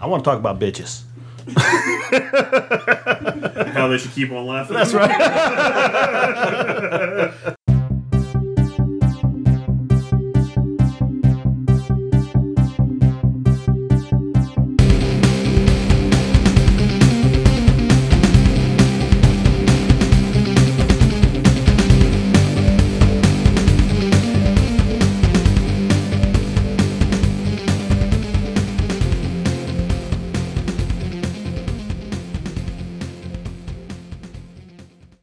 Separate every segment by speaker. Speaker 1: I want to talk about bitches.
Speaker 2: How they should keep on laughing.
Speaker 1: That's right.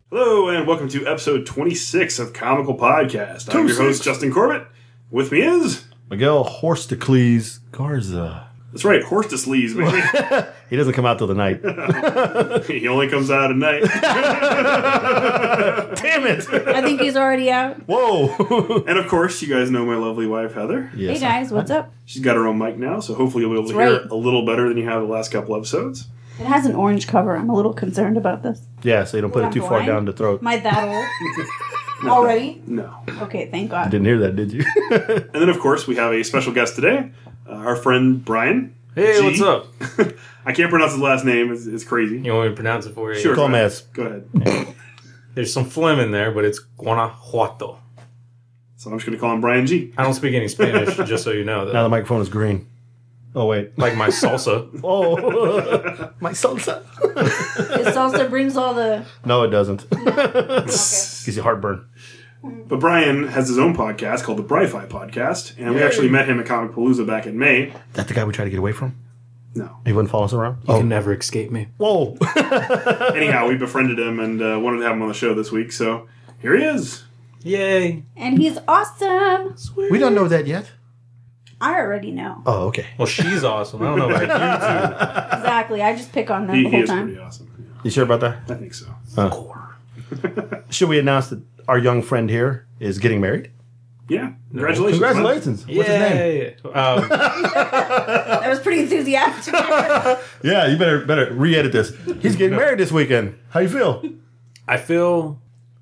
Speaker 2: Hello, and welcome to episode 26 of Comical Podcast. I'm your
Speaker 1: 26.
Speaker 2: host, Justin Corbett. With me is.
Speaker 1: Miguel Horstacles Garza.
Speaker 2: That's right, Horse to Sleaze, baby.
Speaker 1: He doesn't come out till the night.
Speaker 2: he only comes out at night.
Speaker 1: Damn it!
Speaker 3: I think he's already out.
Speaker 1: Whoa.
Speaker 2: and of course, you guys know my lovely wife, Heather.
Speaker 1: yes.
Speaker 3: hey guys, what's up?
Speaker 2: She's got her own mic now, so hopefully you'll be able to
Speaker 3: That's
Speaker 2: hear
Speaker 3: right.
Speaker 2: it a little better than you have the last couple episodes.
Speaker 3: It has an orange cover. I'm a little concerned about this.
Speaker 1: Yeah, so you don't put it too far down the throat.
Speaker 3: Am I that old? already?
Speaker 2: No.
Speaker 3: Okay, thank God.
Speaker 1: Didn't hear that, did you?
Speaker 2: And then, of course, we have a special guest today, uh, our friend Brian.
Speaker 4: Hey,
Speaker 2: G.
Speaker 4: what's up?
Speaker 2: I can't pronounce his last name, it's, it's crazy.
Speaker 4: You want me to pronounce it for you?
Speaker 2: Sure.
Speaker 1: Call Mass.
Speaker 2: Go ahead.
Speaker 4: There's some phlegm in there, but it's Guanajuato.
Speaker 2: So I'm just going to call him Brian G.
Speaker 4: I don't speak any Spanish, just so you know.
Speaker 1: Now the
Speaker 4: That,
Speaker 1: microphone is green. Oh, wait.
Speaker 4: like my salsa.
Speaker 1: Oh, my salsa.
Speaker 3: This also brings all the.
Speaker 1: No, it doesn't.
Speaker 3: Okay.
Speaker 1: Gives you heartburn.
Speaker 2: But Brian has his own podcast called the Bri-Fi Podcast, and we actually met him at Comic Palooza back in May.
Speaker 1: That the guy we tried to get away from?
Speaker 2: No.
Speaker 1: He wouldn't follow us around? Oh,
Speaker 4: never escape me.
Speaker 1: whoa.
Speaker 2: Anyhow, we befriended him and uh, wanted to have him on the show this week, so here he is.
Speaker 4: Yay.
Speaker 3: And he's awesome.
Speaker 4: Sweet.
Speaker 1: we don't know that yet.
Speaker 3: I already know.
Speaker 1: Oh, okay.
Speaker 4: Well, she's awesome. I don't know about
Speaker 3: Exactly. I just pick on them
Speaker 2: He,
Speaker 3: the
Speaker 2: he
Speaker 3: whole
Speaker 2: is
Speaker 3: time.
Speaker 2: pretty awesome.
Speaker 1: You sure about that?
Speaker 2: Yeah, I think so.
Speaker 4: you.
Speaker 1: Should we announce that our young friend here is getting married?
Speaker 2: Yeah. Congratulations.
Speaker 1: Congratulations. What's his name?
Speaker 4: Yay. Um,
Speaker 3: That was pretty enthusiastic.
Speaker 1: Yeah, you better better re-edit this. He's getting married this weekend. How you feel?
Speaker 4: I feel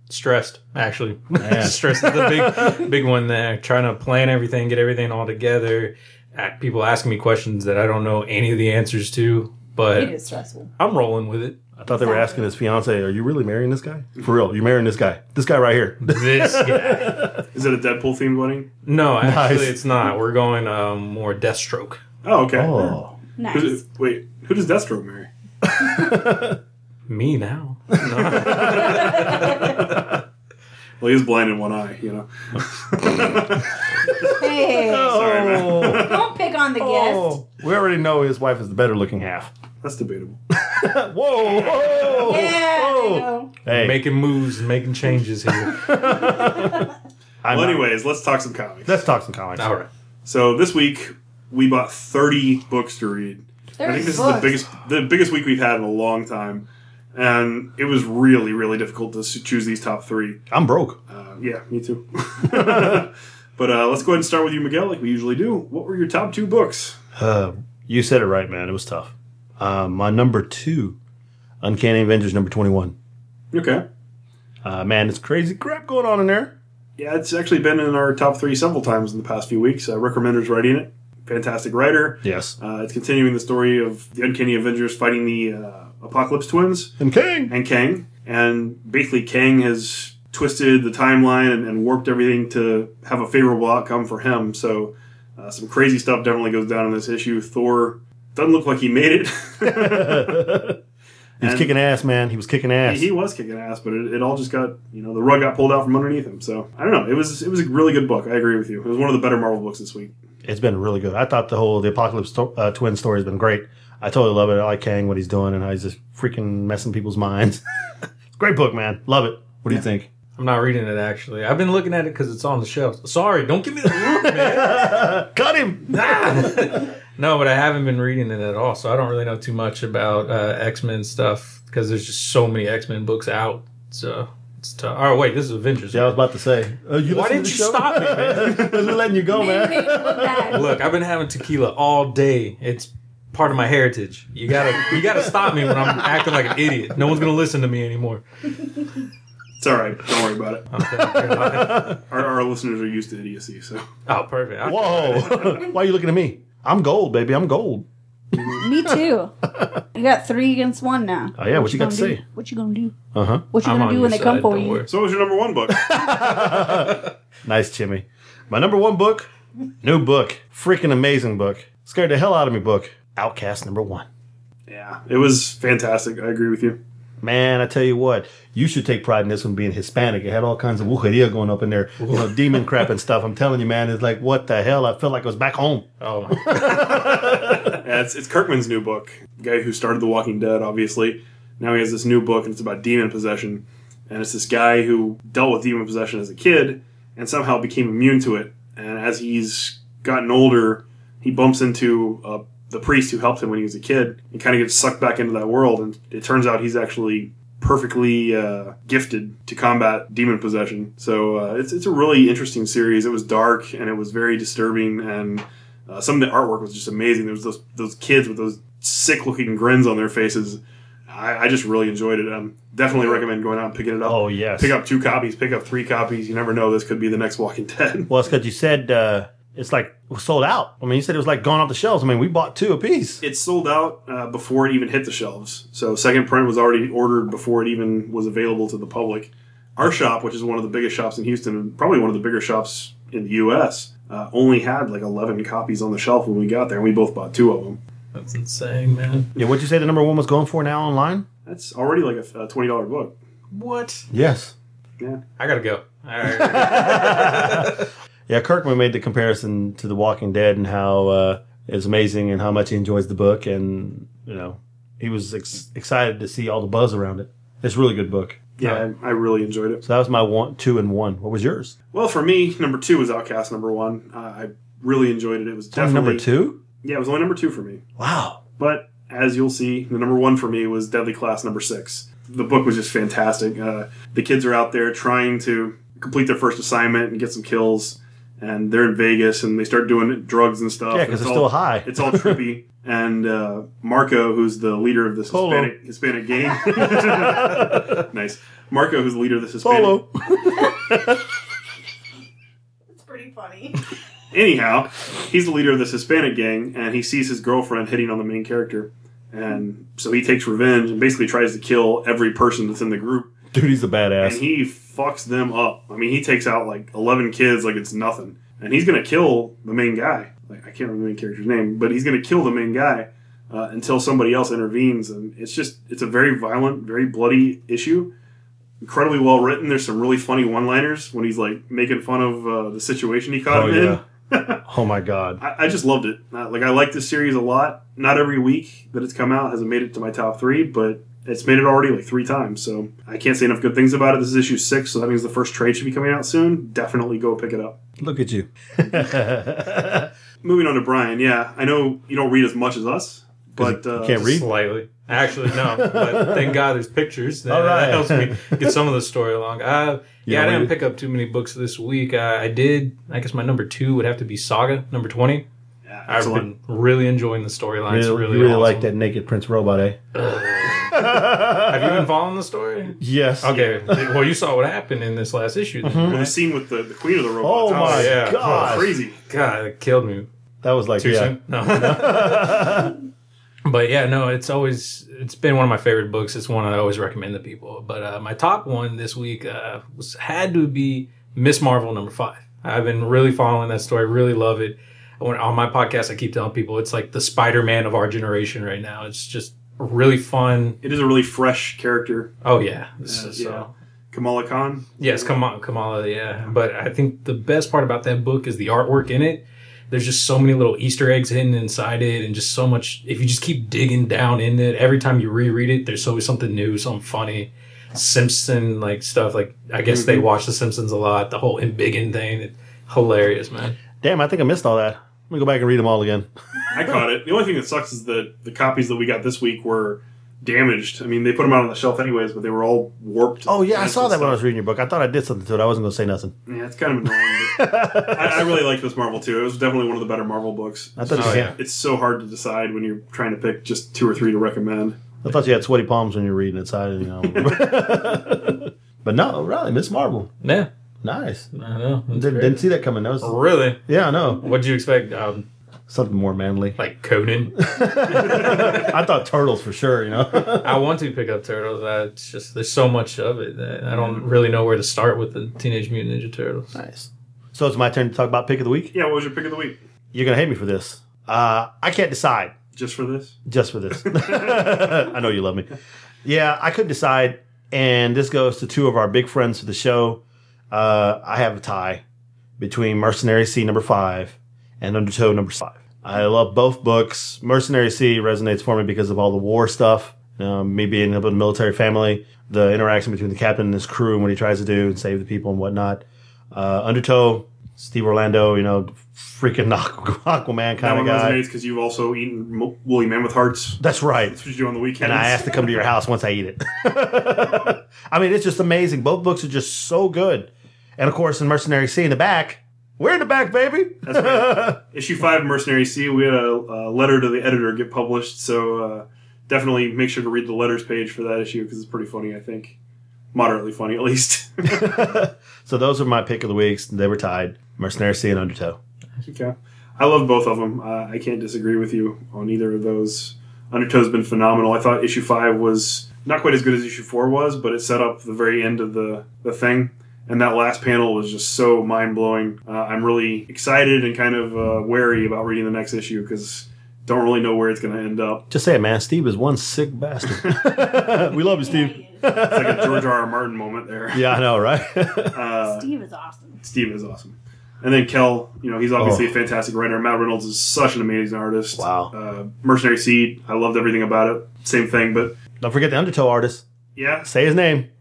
Speaker 4: stressed, actually. stressed is the big, big one there. Trying to plan everything, get everything all together. Uh, People asking me questions that I don't know any of the answers to,
Speaker 3: it
Speaker 4: but
Speaker 3: is stressful.
Speaker 4: I'm rolling with it.
Speaker 1: I thought they were asking his fiance, "Are you really marrying this guy? For real? You marrying this guy? This guy right here?
Speaker 4: This guy.
Speaker 2: Is it a Deadpool themed wedding?
Speaker 4: No, actually,
Speaker 1: Nice.
Speaker 4: it's not. We're going um, more Deathstroke.
Speaker 2: Oh, okay.
Speaker 1: oh,
Speaker 2: Who's
Speaker 3: Nice.
Speaker 2: it- wait, who does Deathstroke marry?
Speaker 4: Me now.
Speaker 2: Well, he's blind in one eye, you know.
Speaker 3: Hey,
Speaker 2: Sorry, man.
Speaker 1: oh,
Speaker 3: don't pick on the guest.
Speaker 1: oh. we already know his wife is the better looking half.
Speaker 2: That's debatable.
Speaker 1: Whoa, whoa,
Speaker 3: Yeah, there you
Speaker 1: whoa.
Speaker 3: go.
Speaker 1: Hey,
Speaker 4: Making moves, making changes here.
Speaker 1: I'm
Speaker 2: Well,
Speaker 1: not-
Speaker 2: anyways, let's talk some comics.
Speaker 1: let's talk some comics.
Speaker 4: All right.
Speaker 2: so this week we bought 30 books to read. I think
Speaker 3: There's
Speaker 2: this
Speaker 3: books.
Speaker 2: is the biggest the biggest week we've had in a long time, and it was really really difficult to s- choose these top three.
Speaker 1: I'm broke.
Speaker 2: Uh, yeah, me too. but uh, let's go ahead and start with you, Miguel, like we usually do. What were your top two books?
Speaker 1: Uh, you said it right, man. It was tough. Uh, my number two, Uncanny Avengers number twenty-one.
Speaker 2: Okay,
Speaker 1: Uh, man, it's crazy crap going on in there.
Speaker 2: yeah, it's actually been in our top three several times in the past few weeks. Uh, Rick Remender's writing it, fantastic writer.
Speaker 1: Yes,
Speaker 2: Uh, it's continuing the story of the Uncanny Avengers fighting the uh, Apocalypse Twins.
Speaker 1: and King.
Speaker 2: and Kang. And basically, Kang has twisted the timeline and, and warped everything to have a favorable outcome for him. So, uh, some crazy stuff definitely goes down in this issue. Thor doesn't look like he made it.
Speaker 1: He was
Speaker 2: And-
Speaker 1: kicking ass, man. He was kicking ass.
Speaker 2: he was kicking ass, but it, it all just got you know the rug got pulled out from underneath him. So I don't know. It was it was a really good book. I agree with you. It was one of the better Marvel books this week.
Speaker 1: it's been really good. I thought the whole the apocalypse to- uh, twin story has been great. I totally love it. I like Kang what he's doing and how he's just freaking messing people's minds. great book, man. Love it. What do you think?
Speaker 4: I'm not reading it, actually. I've been looking at it because it's on the shelf. Sorry, don't give me the look, man.
Speaker 1: Cut him.
Speaker 4: Ah! no, but I haven't been reading it at all, so I don't really know too much about uh, X Men stuff because there's just so many X Men books out. So it's tough. Oh, wait, this is Avengers.
Speaker 1: Yeah, I was about to say. Uh, you
Speaker 4: Why
Speaker 1: listen to
Speaker 4: didn't
Speaker 1: the
Speaker 4: you
Speaker 1: show?
Speaker 4: stop me, man?
Speaker 1: We're letting you go, man.
Speaker 3: Made me look bad.
Speaker 4: Look, I've been having tequila all day. It's part of my heritage. You gotta, you gotta stop me when I'm acting like an idiot. No one's gonna listen to me anymore.
Speaker 2: It's all right. Don't worry about it.
Speaker 4: oh,
Speaker 2: Our, our listeners are used to idiocy, so
Speaker 4: perfect. I-
Speaker 1: Whoa. Why are you looking at me? I'm gold, baby. I'm gold.
Speaker 3: Me too. You got three against one now.
Speaker 1: Oh, yeah, what you got to
Speaker 3: gonna
Speaker 1: say?
Speaker 3: do? What you gonna do?
Speaker 1: Uh huh.
Speaker 3: What you
Speaker 4: I'm
Speaker 3: gonna
Speaker 4: on
Speaker 3: do
Speaker 4: your
Speaker 3: when they come
Speaker 4: side,
Speaker 3: for
Speaker 4: don't
Speaker 3: you?
Speaker 4: worry.
Speaker 2: So what was your number one book?
Speaker 1: Nice, Jimmy. My number one book, new book, freaking amazing book, scared the hell out of me book, Outcast number one.
Speaker 2: yeah, it was fantastic. I agree with you.
Speaker 1: Man, I tell you what, you should take pride in this one being Hispanic. It had all kinds of wujeria going up in there, you know, demon crap and stuff. I'm telling you, man, it's like, what the hell? I felt like I was back home.
Speaker 4: Oh my!
Speaker 2: Yeah, it's, it's Kirkman's new book, the guy who started The Walking Dead, obviously. Now he has this new book, and it's about demon possession. And it's this guy who dealt with demon possession as a kid and somehow became immune to it. And as he's gotten older, he bumps into uh, the priest who helped him when he was a kid and kind of gets sucked back into that world. And it turns out he's actually perfectly uh, gifted to combat demon possession. So uh, it's, it's a really interesting series. It was dark and it was very disturbing and uh, some of the artwork was just amazing. There was those those kids with those sick looking grins on their faces. I, I just really enjoyed it. Um, definitely recommend going out and picking it up.
Speaker 1: Oh, yes.
Speaker 2: Pick up two copies. Pick up three copies. You never know. This could be the next Walking Dead.
Speaker 1: Well, it's because you said uh, it's like it was sold out. I mean, you said it was like gone off the shelves. I mean, we bought two apiece.
Speaker 2: It sold out uh, before it even hit the shelves. So second print was already ordered before it even was available to the public. Our shop, which is one of the biggest shops in Houston and probably one of the bigger shops in the U.S., uh, only had like 11 copies on the shelf when we got there, and we both bought two of them.
Speaker 4: That's insane, man.
Speaker 1: Yeah, what'd you say the number one was going for now online?
Speaker 2: That's already like a, a $20 book.
Speaker 4: What?
Speaker 1: Yes.
Speaker 4: I gotta go. All right.
Speaker 1: Yeah, Kirkman made the comparison to The Walking Dead and how uh, it's amazing and how much he enjoys the book. And, you know, he was ex- excited to see all the buzz around it. It's a really good book.
Speaker 2: Yeah, I, I really enjoyed it.
Speaker 1: So that was my one, two, and one. What was yours?
Speaker 2: Well, for me, number two was Outcast. Number one, uh, I really enjoyed it. It was definitely
Speaker 1: Number two?
Speaker 2: Yeah, it was only number two for me.
Speaker 1: Wow.
Speaker 2: But as you'll see, the number one for me was Deadly Class number six. The book was just fantastic. Uh, the kids are out there trying to complete their first assignment and get some kills, and they're in Vegas and they start doing drugs and stuff.
Speaker 1: Yeah, because it's
Speaker 2: all-
Speaker 1: still high.
Speaker 2: It's all trippy. And uh, Marco, who's the leader of this
Speaker 1: Polo.
Speaker 2: Hispanic, Hispanic gang. nice. Marco, who's the leader of this Hispanic
Speaker 1: Polo.
Speaker 3: It's pretty funny.
Speaker 2: Anyhow, he's the leader of this Hispanic gang, and he sees his girlfriend hitting on the main character, and so he takes revenge and basically tries to kill every person that's in the group,
Speaker 1: Dude, he's a
Speaker 2: and
Speaker 1: badass.
Speaker 2: he fucks them up. I mean, he takes out like eleven kids like it's nothing, and he's gonna kill the main guy. Like I can't remember the main character's name, but he's gonna kill the main guy uh, until somebody else intervenes, and it's just it's a very violent, very bloody issue. Incredibly well written. There's some really funny one-liners when he's like making fun of uh, the situation he caught
Speaker 1: Oh,
Speaker 2: him in.
Speaker 1: yeah. oh, my God.
Speaker 2: I, I just loved it. Uh, like I like this series a lot. Not every week that it's come out has it made it to my top three, but it's made it already like three times. So I can't say enough good things about it. This is issue six, so that means the first trade should be coming out soon. Definitely go pick it up.
Speaker 1: Look at you.
Speaker 2: Moving on to Brian. Yeah, I know you don't read as much as us, but
Speaker 1: you
Speaker 2: uh,
Speaker 1: can't read?
Speaker 4: Slightly. Actually, no. But thank God there's pictures. That,
Speaker 1: All right.
Speaker 4: that helps me get some of the story along. Uh, yeah, I
Speaker 1: don't
Speaker 4: didn't
Speaker 1: read
Speaker 4: pick up too many books this week. Uh, I did. I guess my number two would have to be Saga number twenty.
Speaker 2: Yeah,
Speaker 4: I've
Speaker 2: excellent.
Speaker 4: been really enjoying the storyline. It's
Speaker 1: Really,
Speaker 4: really,
Speaker 1: you really
Speaker 4: awesome.
Speaker 1: like that naked Prince robot, eh?
Speaker 4: Have you been following the story?
Speaker 1: Yes.
Speaker 4: Okay. well, you saw what happened in this last issue. then,
Speaker 2: Well, the
Speaker 4: right?
Speaker 2: scene with the, the queen of the
Speaker 1: Oh
Speaker 2: robots.
Speaker 1: my
Speaker 4: yeah.
Speaker 1: god,
Speaker 2: crazy.
Speaker 4: God, it killed me.
Speaker 1: that was like
Speaker 4: Too
Speaker 1: yeah.
Speaker 4: soon? No. but yeah, no, it's always it's been one of my favorite books. It's one I always recommend to people. But uh, my top one this week uh, was had to be Miss Marvel number five. I've been really following that story. Really love it. When, on my podcast, I keep telling people it's like the Spider Man of our generation right now. It's just really fun.
Speaker 2: It is a really fresh character,
Speaker 4: Oh yeah, This
Speaker 2: Yeah,
Speaker 4: is,
Speaker 2: yeah.
Speaker 4: uh,
Speaker 2: Kamala Khan.
Speaker 4: Yes, Kamala, Kamala, yeah. But I think the best part about that book is the artwork in it. There's just so many little Easter eggs hidden inside it, and just so much. If you just keep digging down in it, every time you reread it, there's always something new, something funny. Simpson like stuff. Like I guess they watch The Simpsons a lot. The whole Embiggen thing, it, hilarious, man.
Speaker 1: Damn, I think I missed all that. Let me go back and read them all again.
Speaker 2: I caught it. The only thing that sucks is that the copies that we got this week were damaged. I mean, they put them out on the shelf anyways, but they were all warped.
Speaker 1: Oh yeah, I saw that when I
Speaker 2: Stuff.
Speaker 1: was reading your book. I thought I did something to it. I wasn't going to say nothing.
Speaker 2: Yeah, it's kind of annoying. But I, I really like this Marvel too. It was definitely one of the better Marvel books.
Speaker 1: I thought,
Speaker 4: Oh,
Speaker 1: you,
Speaker 4: yeah.
Speaker 2: It's so hard to decide when you're trying to pick just two or three to recommend.
Speaker 1: I thought you had sweaty palms when you were reading it. So I, you know. but no, really, Miss Marvel,
Speaker 4: Yeah,
Speaker 1: nice.
Speaker 4: I know.
Speaker 1: Didn't, didn't see that coming. That was
Speaker 4: Really?
Speaker 1: yeah, I know.
Speaker 4: What'd you expect? Um,
Speaker 1: something more manly.
Speaker 4: Like Conan.
Speaker 1: I thought turtles for sure. You know,
Speaker 4: I want to pick up Turtles. I, it's just there's so much of it that I don't really know where to start with the Teenage Mutant Ninja Turtles.
Speaker 1: nice. So it's my turn to talk about pick of the week.
Speaker 2: Yeah, what was your pick of the week?
Speaker 1: You're gonna hate me for this. Uh, I can't decide.
Speaker 2: Just for this?
Speaker 1: just for this. I know you love me. Yeah, I couldn't decide, and this goes to two of our big friends for the show. Uh, I have a tie between Mercenary C number five and Undertow number five. I love both books. Mercenary C resonates for me because of all the war stuff. Um, me being up in a military family, the interaction between the captain and his crew, and what he tries to do and save the people and whatnot. Uh, Undertow, Steve Orlando, you know, freaking Aqu- Aquaman
Speaker 2: That
Speaker 1: kind of
Speaker 2: one
Speaker 1: guy.
Speaker 2: resonates because you've also eaten mo- woolly mammoth hearts.
Speaker 1: That's right.
Speaker 2: That's what you do on the weekends.
Speaker 1: and I asked to come to your house once I eat it. I mean, it's just amazing. Both books are just so good. And of course, in Mercenary Sea in the back, we're in the back, baby.
Speaker 2: That's right. Issue five, of Mercenary Sea. We had a, a letter to the editor get published, so uh, definitely make sure to read the letters page for that issue because it's pretty funny. I think moderately funny, at least.
Speaker 1: so those are my pick of the weeks. They were tied: Mercenary Sea and Undertow.
Speaker 2: okay, I love both of them. Uh, I can't disagree with you on either of those. Undertow's been phenomenal. I thought issue five was not quite as good as issue four was, but it set up the very end of the the thing. And that last panel was just so mind blowing. Uh, I'm really excited and kind of uh, wary about reading the next issue because don't really know where it's going to end up.
Speaker 1: Just say it, man. Steve is one sick bastard. we love you, Steve.
Speaker 2: It's like a George R. R. Martin moment there.
Speaker 1: Yeah, I know, right?
Speaker 2: Uh,
Speaker 3: Steve is awesome.
Speaker 2: Steve is awesome. And then Kel, you know, he's obviously
Speaker 1: Oh.
Speaker 2: a fantastic writer. Matt Reynolds is such an amazing artist.
Speaker 1: Wow.
Speaker 2: Uh, Mercenary Seed, I loved everything about it. Same thing, but
Speaker 1: Don't forget the Undertow artist.
Speaker 2: yeah,
Speaker 1: Say his name.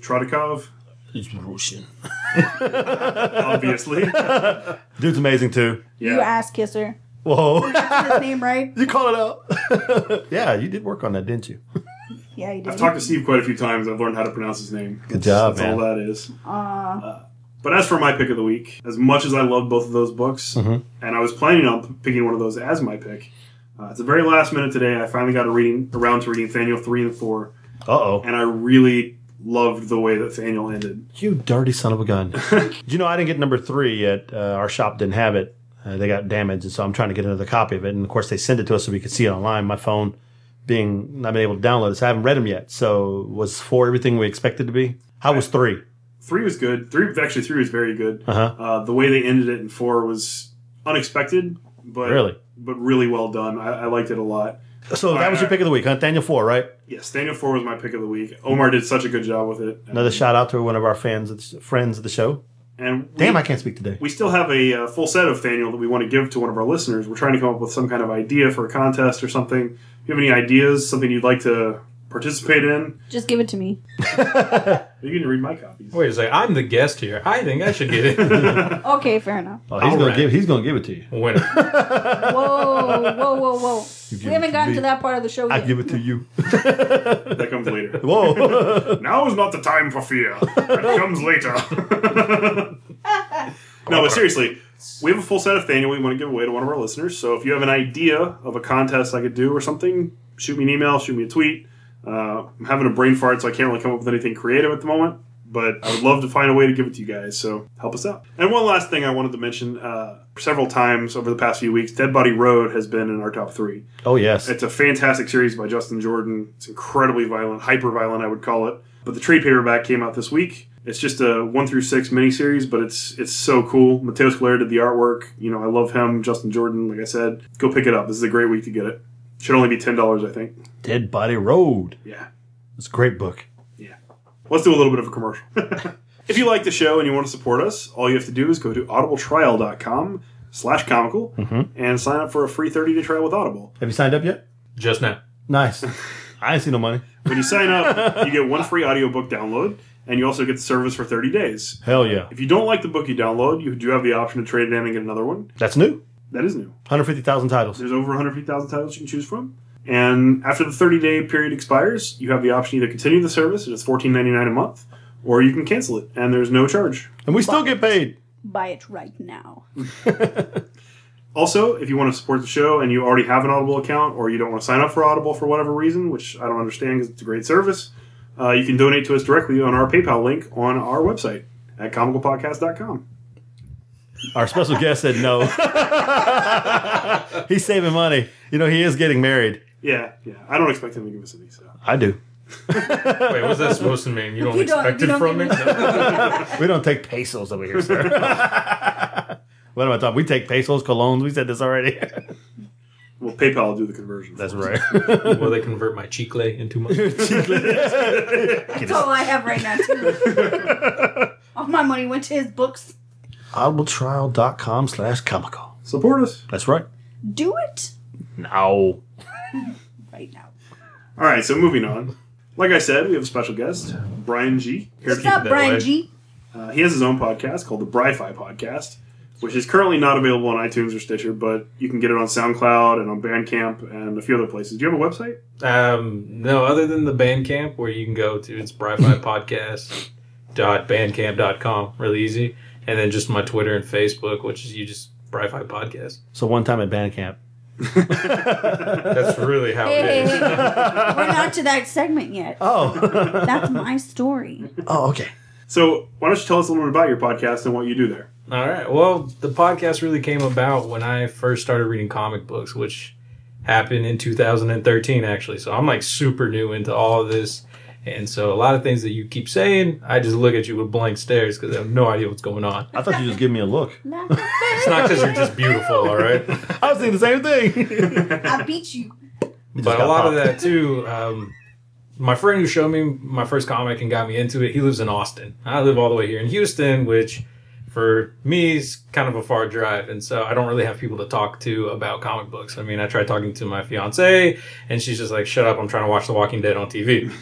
Speaker 2: Trotikov,
Speaker 1: It's Russian.
Speaker 2: obviously.
Speaker 1: Dude's amazing too.
Speaker 3: You
Speaker 2: yeah.
Speaker 3: ass kisser.
Speaker 1: Whoa.
Speaker 3: That's his name, right?
Speaker 1: you call it out. yeah, you did work on that, didn't you?
Speaker 3: Yeah, you did.
Speaker 2: I've talked to Steve quite a few times. I've learned how to pronounce his name.
Speaker 1: Good job,
Speaker 2: That's
Speaker 1: man.
Speaker 2: all that is.
Speaker 3: Uh, Aw.
Speaker 2: But as for my pick of the week, as much as I love both of those books,
Speaker 1: Mhm.
Speaker 2: and I was planning on p- picking one of those as my pick, uh, at the very last minute today, I finally got a reading around to reading Thaniel 3 and 4.
Speaker 1: Uh oh.
Speaker 2: and I really loved the way that Thaniel ended.
Speaker 1: You dirty son of a gun. you know, I didn't get number three yet. Uh, our shop didn't have it. Uh, they got damaged, and so I'm trying to get another copy of it. And of course, they sent it to us so we could see it online. My phone being not been able to download it, so I haven't read them yet. So was four everything we expected to be? How was three?
Speaker 2: Three was good. Three actually three was very good.
Speaker 1: Uh-huh.
Speaker 2: Uh, the way they ended it in four was unexpected, but
Speaker 1: Really?
Speaker 2: but really well done. I, I liked it a lot.
Speaker 1: So that was your pick of the week, huh? Daniel Four, right?
Speaker 2: Yes, Thaniel four was my pick of the week. Omar did such a good job with it.
Speaker 1: Another shout out to one of our fans, of the- friends of the show.
Speaker 2: And we,
Speaker 1: Damn, I can't speak today.
Speaker 2: we still have a uh, full set of Thaniel that we want to give to one of our listeners. We're trying to come up with some kind of idea for a contest or something. If you have any ideas, something you'd like to participate in,
Speaker 3: Just give it to me.
Speaker 2: you can read my copies.
Speaker 4: Wait a second, I'm the guest here. I think I should get it.
Speaker 3: Okay, fair enough.
Speaker 1: Oh, he's
Speaker 4: All
Speaker 1: gonna
Speaker 4: right.
Speaker 1: give. He's gonna give it to you.
Speaker 4: Winner.
Speaker 3: Whoa, whoa, whoa, whoa.
Speaker 1: give
Speaker 3: We
Speaker 1: it
Speaker 3: haven't
Speaker 1: to
Speaker 3: gotten
Speaker 1: me.
Speaker 3: to that part of the show
Speaker 1: I
Speaker 3: yet.
Speaker 1: give it to you.
Speaker 2: That comes later.
Speaker 1: Whoa.
Speaker 2: Now is not the time for fear. It comes later. no, but seriously, we have a full set of Thaniel we want to give away to one of our listeners. So if you have an idea of a contest I could do or something, shoot me an email, shoot me a tweet. Uh, I'm having a brain fart, so I can't really come up with anything creative at the moment. But I would love to find a way to give it to you guys, so help us out. And one last thing I wanted to mention uh, several times over the past few weeks Dead Body Road has been in our top three.
Speaker 1: oh yes.
Speaker 2: It's a fantastic series by Justin Jordan. It's incredibly violent, hyper violent, I would call it. But the trade paperback came out this week. It's just a one through six miniseries, but it's it's so cool. Mateo Scalera did the artwork. You know, I love him. Justin Jordan, like I said, go pick it up. This is a great week to get it. Should only be ten dollars, I think.
Speaker 1: Dead Body Road.
Speaker 2: Yeah.
Speaker 1: It's a great book.
Speaker 2: Let's do a little bit of a commercial. if you like the show and you want to support us, all you have to do is go to audibletrial.com slash comical and sign up for a free 30-day trial with Audible.
Speaker 1: Have you signed up yet?
Speaker 4: Just now.
Speaker 1: Nice. I ain't seen no money.
Speaker 2: When you sign up, you get one free audiobook download, and you also get the service for 30 days.
Speaker 1: Hell yeah.
Speaker 2: If you don't like the book you download, you do have the option to trade it in and get another one.
Speaker 1: That's new.
Speaker 2: That is new.
Speaker 1: 150,000 titles.
Speaker 2: There's over 150,000 titles you can choose from. And after the 30 day period expires, you have the option to either continue the service, and it's $14.99 a month, or you can cancel it, and there's no charge.
Speaker 1: And we still get paid.
Speaker 3: Buy it right now.
Speaker 2: Also, if you want to support the show and you already have an Audible account or you don't want to sign up for Audible for whatever reason, which I don't understand because it's a great service, uh, you can donate to us directly on our PayPal link on our website at comicalpodcast.com.
Speaker 1: Our special guest said no. He's saving money. You know, he is getting married.
Speaker 2: Yeah, yeah. I don't expect him to give us any. So
Speaker 1: I do.
Speaker 4: Wait, what's that supposed to mean? You don't
Speaker 3: You don't-
Speaker 4: expect
Speaker 3: you
Speaker 4: it
Speaker 3: don't
Speaker 4: from me?
Speaker 3: give
Speaker 1: We don't take pesos over here, sir. what am I talking? We take pesos, colognes. We said this already.
Speaker 2: well, PayPal will do the conversion.
Speaker 1: That's
Speaker 2: for us.
Speaker 1: right.
Speaker 4: Will they convert my chicle into money?
Speaker 3: That's all I have right now, too. all my money went to his books.
Speaker 1: audibletrial.com slash comical.
Speaker 2: Support us.
Speaker 1: That's right.
Speaker 3: Do it
Speaker 1: No.
Speaker 3: right now.
Speaker 2: All right. So moving on. Like I said, we have a special guest, Brian G. Here
Speaker 3: What's up,
Speaker 4: that
Speaker 3: Brian
Speaker 4: way.
Speaker 3: G?
Speaker 2: Uh, he has his own podcast called the Bri-Fi Podcast, which is currently not available on iTunes or Stitcher, but you can get it on SoundCloud and on Bandcamp and a few other places. Do you have a website?
Speaker 4: Um, no, other than the Bandcamp where you can go to it's Bri-Fi Podcast dot bandcamp.com really easy and then just my twitter and facebook which is you just Bri-Fi podcast
Speaker 1: So one time at band camp.
Speaker 4: that's really how
Speaker 3: Hey, hey,
Speaker 4: it
Speaker 3: hey.
Speaker 4: is
Speaker 3: We're not to that segment yet.
Speaker 1: Oh.
Speaker 3: That's my story.
Speaker 1: oh, okay.
Speaker 2: So why don't you tell us a little bit about your podcast and what you do there?
Speaker 4: All right. Well, the podcast really came about when I first started reading comic books, which happened in 2013, actually. So I'm like super new into all of this. And so a lot of things that you keep saying, I just look at you with blank stares because I have no idea what's going on.
Speaker 1: I thought you just gave me a look.
Speaker 4: It's not because you're just beautiful, all right?
Speaker 1: I was thinking the same thing.
Speaker 3: I beat you.
Speaker 4: but a
Speaker 1: got
Speaker 4: lot of
Speaker 1: popped.
Speaker 4: that too. Um, my friend who showed me my first comic and got me into it, he lives in Austin. I live all the way here in Houston, which for me is kind of a far drive, and so I don't really have people to talk to about comic books. I mean, I tried talking to my fiance, and she's just like, "Shut up! I'm trying to watch The Walking Dead on TV."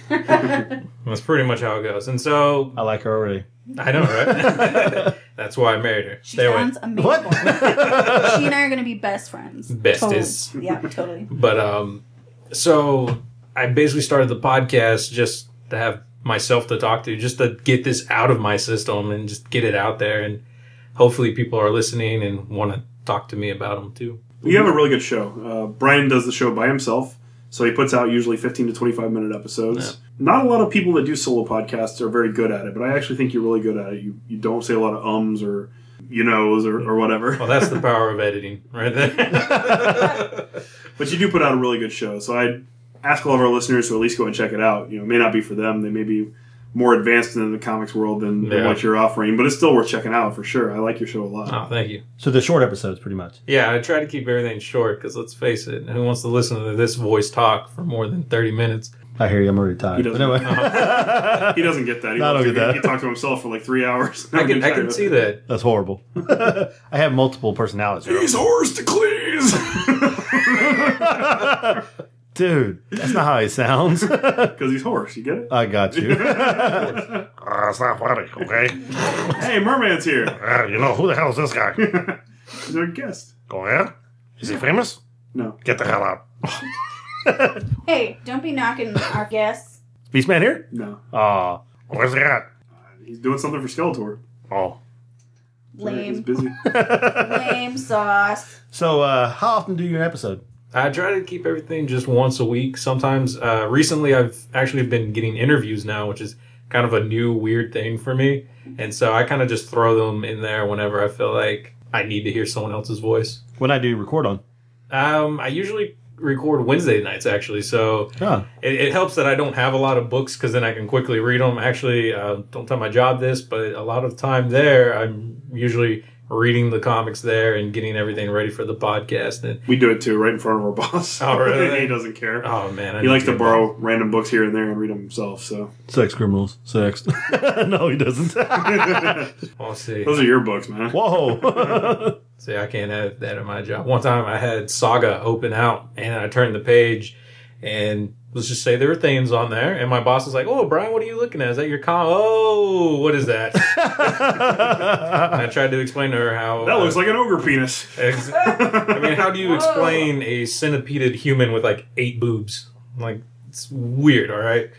Speaker 4: That's pretty much how it goes. And so
Speaker 1: I like her already.
Speaker 4: I know, right? That's why I married her.
Speaker 3: She
Speaker 4: Stay away.
Speaker 3: sounds amazing. she and I are going to be best friends.
Speaker 4: Besties.
Speaker 3: Totally. Yeah, totally.
Speaker 4: But um, so I basically started the podcast just to have myself to talk to, just to get this out of my system and just get it out there, and hopefully people are listening and want to talk to me about them too.
Speaker 2: You have a really good show. Uh, Brian does the show by himself, so he puts out usually 15 to 25 minute episodes. Not a lot of people that do solo podcasts are very good at it, but I actually think you're really good at it. You, you don't say a lot of ums or you knows or, or whatever.
Speaker 4: Well, that's the power of editing, right there.
Speaker 2: But you do put out a really good show, so I'd ask all of our listeners to at least go and check it out. You know, it may not be for them; they may be more advanced in the comics world than, than
Speaker 4: Yeah.
Speaker 2: what you're offering, but it's still worth checking out for sure. I like your show a lot.
Speaker 4: oh, thank you.
Speaker 1: So the short episodes, pretty much.
Speaker 4: Yeah, I try to keep everything short because let's face it, who wants to listen to this voice talk for more than thirty minutes?
Speaker 1: I hear you. I'm already tired.
Speaker 2: He
Speaker 1: But
Speaker 2: doesn't-
Speaker 1: anyway. Uh-huh.
Speaker 2: He doesn't get that. He,
Speaker 1: No, I don't
Speaker 2: wants to-
Speaker 1: get that.
Speaker 2: He, he talked to himself for like three hours.
Speaker 4: I can I can see that.
Speaker 1: That's horrible. I have multiple personalities.
Speaker 2: He's Horstacles.
Speaker 1: Dude, that's not how he sounds.
Speaker 2: Because he's horse. You get it?
Speaker 1: I got you. That's not funny, okay?
Speaker 2: Hey, Merman's here.
Speaker 1: Uh, you know, who the hell is this guy?
Speaker 2: He's our guest.
Speaker 1: Go ahead. Is he famous?
Speaker 2: No.
Speaker 1: Get the hell out.
Speaker 3: Hey, don't be knocking our guests.
Speaker 1: Beast Man here?
Speaker 2: No.
Speaker 1: Uh, where's he at?
Speaker 2: He's doing something for Skeletor.
Speaker 1: Oh.
Speaker 2: He's
Speaker 3: Lame,
Speaker 2: busy.
Speaker 3: lame sauce.
Speaker 1: So, uh, how often do you an episode?
Speaker 4: I try to keep everything just once a week. Sometimes, uh, recently, I've actually been getting interviews now, which is kind of a new weird thing for me. And so I kind of just throw them in there whenever I feel like I need to hear someone else's voice.
Speaker 1: When I do record on.
Speaker 4: Um, I usually record Wednesday nights, actually. So
Speaker 1: Huh.
Speaker 4: it, it helps that I don't have a lot of books because then I can quickly read them. Actually, uh, don't tell my job this, but a lot of time there, I'm usually reading the comics there and getting everything ready for the podcast. And
Speaker 2: We do it too, right in front of our boss.
Speaker 4: Oh, really?
Speaker 2: he doesn't care.
Speaker 4: oh man, I
Speaker 2: he
Speaker 4: need
Speaker 2: likes to
Speaker 4: get
Speaker 2: borrow random books here and there and read them himself. So
Speaker 1: Sex criminals. Sex. no, he doesn't.
Speaker 4: back. I'll see.
Speaker 2: those are your books, man.
Speaker 1: Whoa.
Speaker 4: See, I can't have that at my job. One time I had Saga open out and I turned the page and let's just say there were things on there. And my boss was like, Oh, Brian, what are you looking at? Is that your com? Oh, what is that? and I tried to explain to her how.
Speaker 2: That looks
Speaker 4: uh,
Speaker 2: like an ogre penis.
Speaker 4: ex- I mean, how do you
Speaker 3: Whoa.
Speaker 4: explain a centipeded human with like eight boobs? Like, it's weird, all right?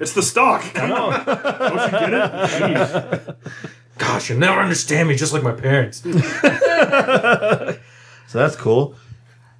Speaker 2: It's the stock. Come on. Don't you get it? Jeez.
Speaker 4: Gosh, you'll never understand me, just like my parents.
Speaker 1: so that's cool.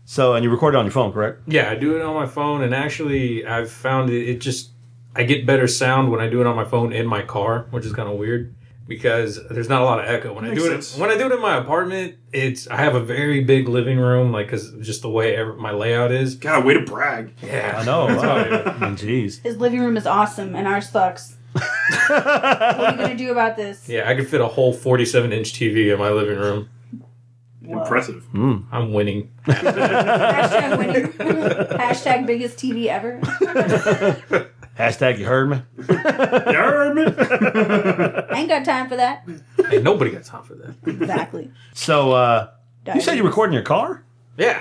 Speaker 1: So, and you record it on your phone, correct?
Speaker 4: Yeah, I do it on my phone, and actually, I've found it, it just I get better sound when I do it on my phone in my car, which is kind of weird. because there's not a lot of echo when I
Speaker 2: Makes
Speaker 4: do
Speaker 2: sense.
Speaker 4: it. When I do it in my apartment, it's I have a very big living room, like because just the way ever, my layout is.
Speaker 2: God, way to brag.
Speaker 4: Yeah,
Speaker 1: I know.
Speaker 4: That's
Speaker 1: Wow. I mean, Oh, Jeez.
Speaker 3: His living room is awesome and ours sucks. What are you gonna do about this?
Speaker 4: Yeah, I could fit a whole 47 inch TV in my living room.
Speaker 3: Whoa.
Speaker 2: Impressive.
Speaker 1: Mm.
Speaker 4: I'm winning.
Speaker 3: Hashtag winning. Hashtag biggest TV ever.
Speaker 1: Hashtag you heard me.
Speaker 2: Yarm!
Speaker 3: I ain't got time for that.
Speaker 4: Hey, nobody got time for that.
Speaker 3: Exactly.
Speaker 1: So uh, you said you were recording your car?
Speaker 4: Yeah,